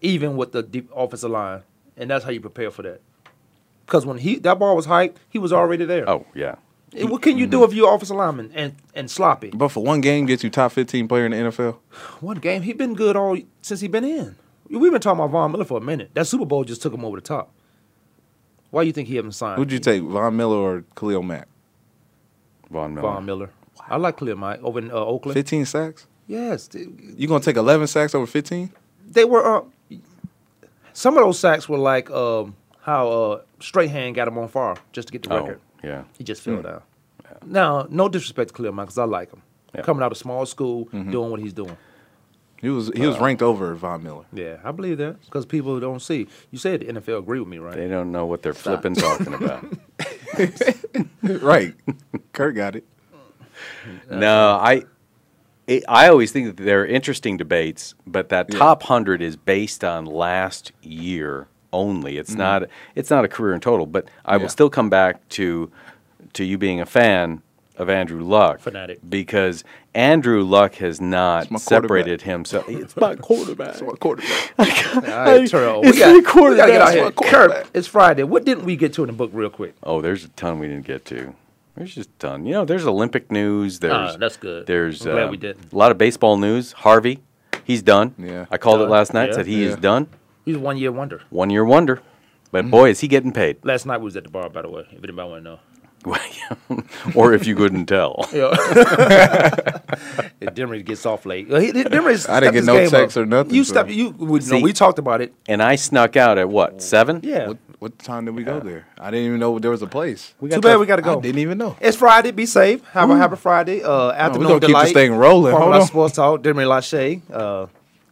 Speaker 3: even with the deep offensive line, and that's how you prepare for that. Because when he that ball was hiked, he was already there.
Speaker 5: Oh yeah.
Speaker 3: And What can you do if you're offensive lineman and, and sloppy?
Speaker 4: But for one game gets you top fifteen player in the NFL.
Speaker 3: One game, he been good all since he been in. We've been talking about Von Miller for a minute. That Super Bowl just took him over the top. Why you think he haven't signed?
Speaker 4: Who'd you take? Von Miller or Khalil Mack?
Speaker 5: Von Miller.
Speaker 3: Von Miller. I like Clear Mike over in uh, Oakland.
Speaker 4: Fifteen sacks?
Speaker 3: Yes, they,
Speaker 4: You gonna take eleven sacks over fifteen?
Speaker 3: they were. Uh, some of those sacks were like um, how uh, Strahan got him on fire just to get the
Speaker 5: Oh
Speaker 3: record.
Speaker 5: yeah. Hmm.
Speaker 3: He just fell down. Now, no disrespect to Clear Mike, 'cause I like him.
Speaker 5: Yeah. Mm-hmm.
Speaker 3: Coming out of small school, doing what he's doing.
Speaker 4: He was he was
Speaker 3: Uh,
Speaker 4: ranked over Von Miller.
Speaker 3: Yeah, I believe that because people don't see. You said the NFL agree with me, right?
Speaker 5: They don't know what they're flipping talking about.
Speaker 4: right. Kurt got it.
Speaker 5: No, I it, I always think that they're interesting debates, but that top 100 is based on last year only. It's
Speaker 10: Mhm.
Speaker 5: not it's not a career in total, but I
Speaker 10: Yeah.
Speaker 5: will still come back to to you being a fan of Andrew Luck.
Speaker 10: Fanatic.
Speaker 5: Because Andrew Luck has not
Speaker 10: my
Speaker 5: separated himself. It's my quarterback. It's
Speaker 4: my quarterback.
Speaker 3: All right, Terrell.
Speaker 5: It's
Speaker 3: we got,
Speaker 5: my
Speaker 3: We gotta
Speaker 5: quarterback.
Speaker 3: get out
Speaker 5: It's
Speaker 3: here.
Speaker 5: my
Speaker 3: Kirk, it's Friday. What didn't we get to in the book, real quick?
Speaker 5: Oh, there's a ton we didn't get to. There's just a ton. You know, there's Olympic news. There's
Speaker 10: that's good.
Speaker 5: There's
Speaker 10: I'm glad
Speaker 5: uh,
Speaker 10: we didn't.
Speaker 5: a lot of baseball news. Harvey, he's done.
Speaker 10: Yeah.
Speaker 5: I called
Speaker 3: Done.
Speaker 5: it last night.
Speaker 3: Yeah.
Speaker 5: Said he
Speaker 3: Yeah. Mm.
Speaker 5: is done.
Speaker 3: He's a one year wonder.
Speaker 5: One year wonder. But boy, is he getting paid.
Speaker 10: Last night we was at the bar, by the way. If anybody want to know.
Speaker 5: or if you couldn't tell.
Speaker 3: Yeah. Demery gets off late. He- he- Demery's
Speaker 5: I
Speaker 3: stepped
Speaker 5: didn't get
Speaker 3: his
Speaker 5: no
Speaker 3: game
Speaker 5: text
Speaker 3: up.
Speaker 5: or nothing,
Speaker 3: You
Speaker 5: so-
Speaker 3: stepped. You we, no,
Speaker 5: See?
Speaker 3: we talked about it.
Speaker 5: And I snuck out at what seven?
Speaker 3: Yeah. What,
Speaker 4: what time did we go there? I didn't even know there was a place.
Speaker 3: Too bad we got to go.
Speaker 4: I didn't even know.
Speaker 3: It's Friday. Be safe. Have a happy Friday. Uh, afternoon
Speaker 4: gonna keep this
Speaker 3: delight.
Speaker 4: thing rolling.
Speaker 3: Formula
Speaker 4: Hold on.
Speaker 3: Sports Talk. Demery Lachey, uh,